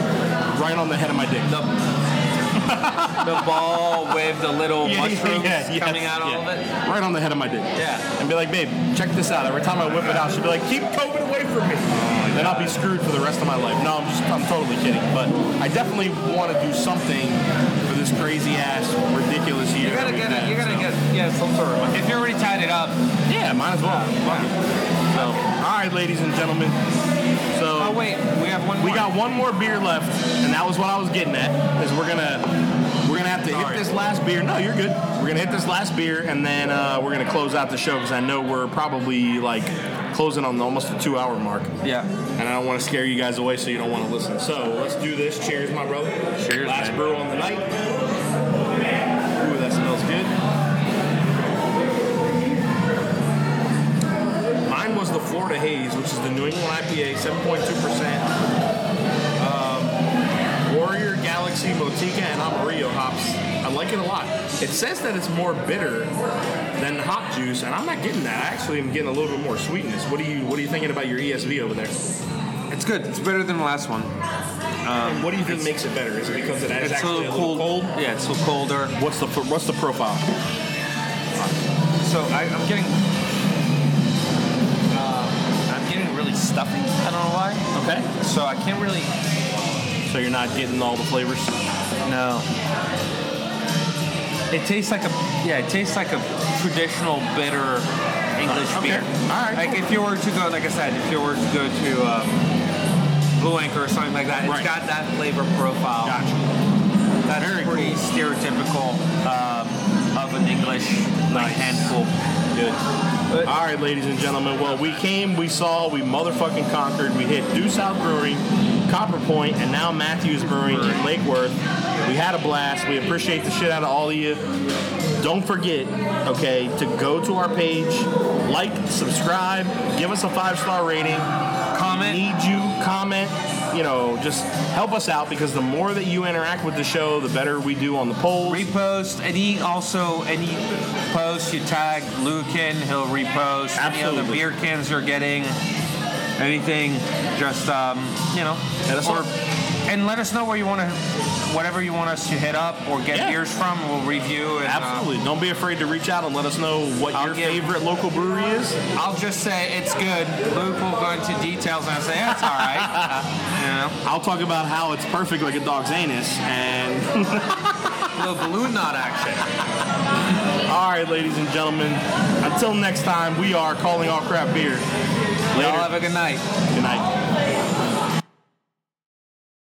right on the head of my dick.
The ball with the little mushrooms coming out all of it.
Right on the head of my dick.
Yeah.
And be like, babe, check this out. Every time I whip it out, she'll be like, keep COVID away from me.
Oh,
then I'll be screwed for the rest of my life. No, I'm just, I'm totally kidding. But I definitely want to do something for this crazy ass, ridiculous year.
You gotta
that
get
we've
it.
had,
You gotta
so.
get yeah some sort of. reminder. If you already tied it up.
Yeah, might as well. Fuck it. So, all right, ladies and gentlemen. So.
Oh wait, we have one.
We
more.
got one more beer left, and that was what I was getting at. Is we're gonna we're gonna have to
Sorry.
hit this last beer. No, you're good. We're gonna hit this last beer, and then uh, we're gonna close out the show because I know we're probably like closing on almost the two hour mark,
Yeah.
and I don't want to scare you guys away, so you don't want to listen. So let's do this. Cheers, my brother.
Cheers,
Last
man.
brew on the night. Ooh, that smells good. Mine was the Florida Haze, which is the New England IPA, 7.2%. Um, Warrior Galaxy Motica and Amarillo hops. I like it a lot. It says that it's more bitter than the hop juice, and I'm not getting that. I actually am getting a little bit more sweetness. What are you What are you thinking about your ESV over there?
It's good. It's better than the last one.
and what do you think makes it better? Is it because it is
It's a
actually
little cold. Yeah, it's a little colder.
What's the What's the profile?
So I, I'm getting. Uh, I'm getting really stuffy. I don't know why.
Okay,
So I can't really.
so you're not getting all the flavors.
No. It tastes like a yeah. It tastes like a traditional bitter English
Okay.
beer.
All right,
Like if you were to go, like I said, if you were to go to um, Blue Anchor or something like that,
Right.
it's got that flavor profile.
Gotcha.
That's
Very
pretty stereotypical um, of an English like handful.
Good.
But-
All right, ladies and gentlemen. Well, we came, we saw, we motherfucking conquered. We hit Due South Brewery, Copper Point, and now Matthews Brewing in Lake Worth. We had a blast. We appreciate the shit out of all of you. Don't forget, okay, to go to our page, like, subscribe, give us a five star rating.
Comment.
We need you. Comment. You know, just help us out because the more that you interact with the show, the better we do on the polls.
Repost any also any post you tag Lucan, he'll repost any other
Absolutely.
beer cans you're getting, anything. Just um, you know,
Hit us
or
up.
and let us know where you want to, whatever you want us to hit up or get
Yeah.
beers from. We'll review. And, uh,
Absolutely. Don't be afraid to reach out and let us know what
I'll
your
give-
favorite local brewery is.
I'll just say it's good. Luke will go into details and I'll say that's all right. you know,
I'll talk about how it's perfect like a dog's anus. And
a little balloon knot action.
all right, ladies and gentlemen, until next time, we are calling all craft beer.
Y'all
Later.
have a good night.
Good night.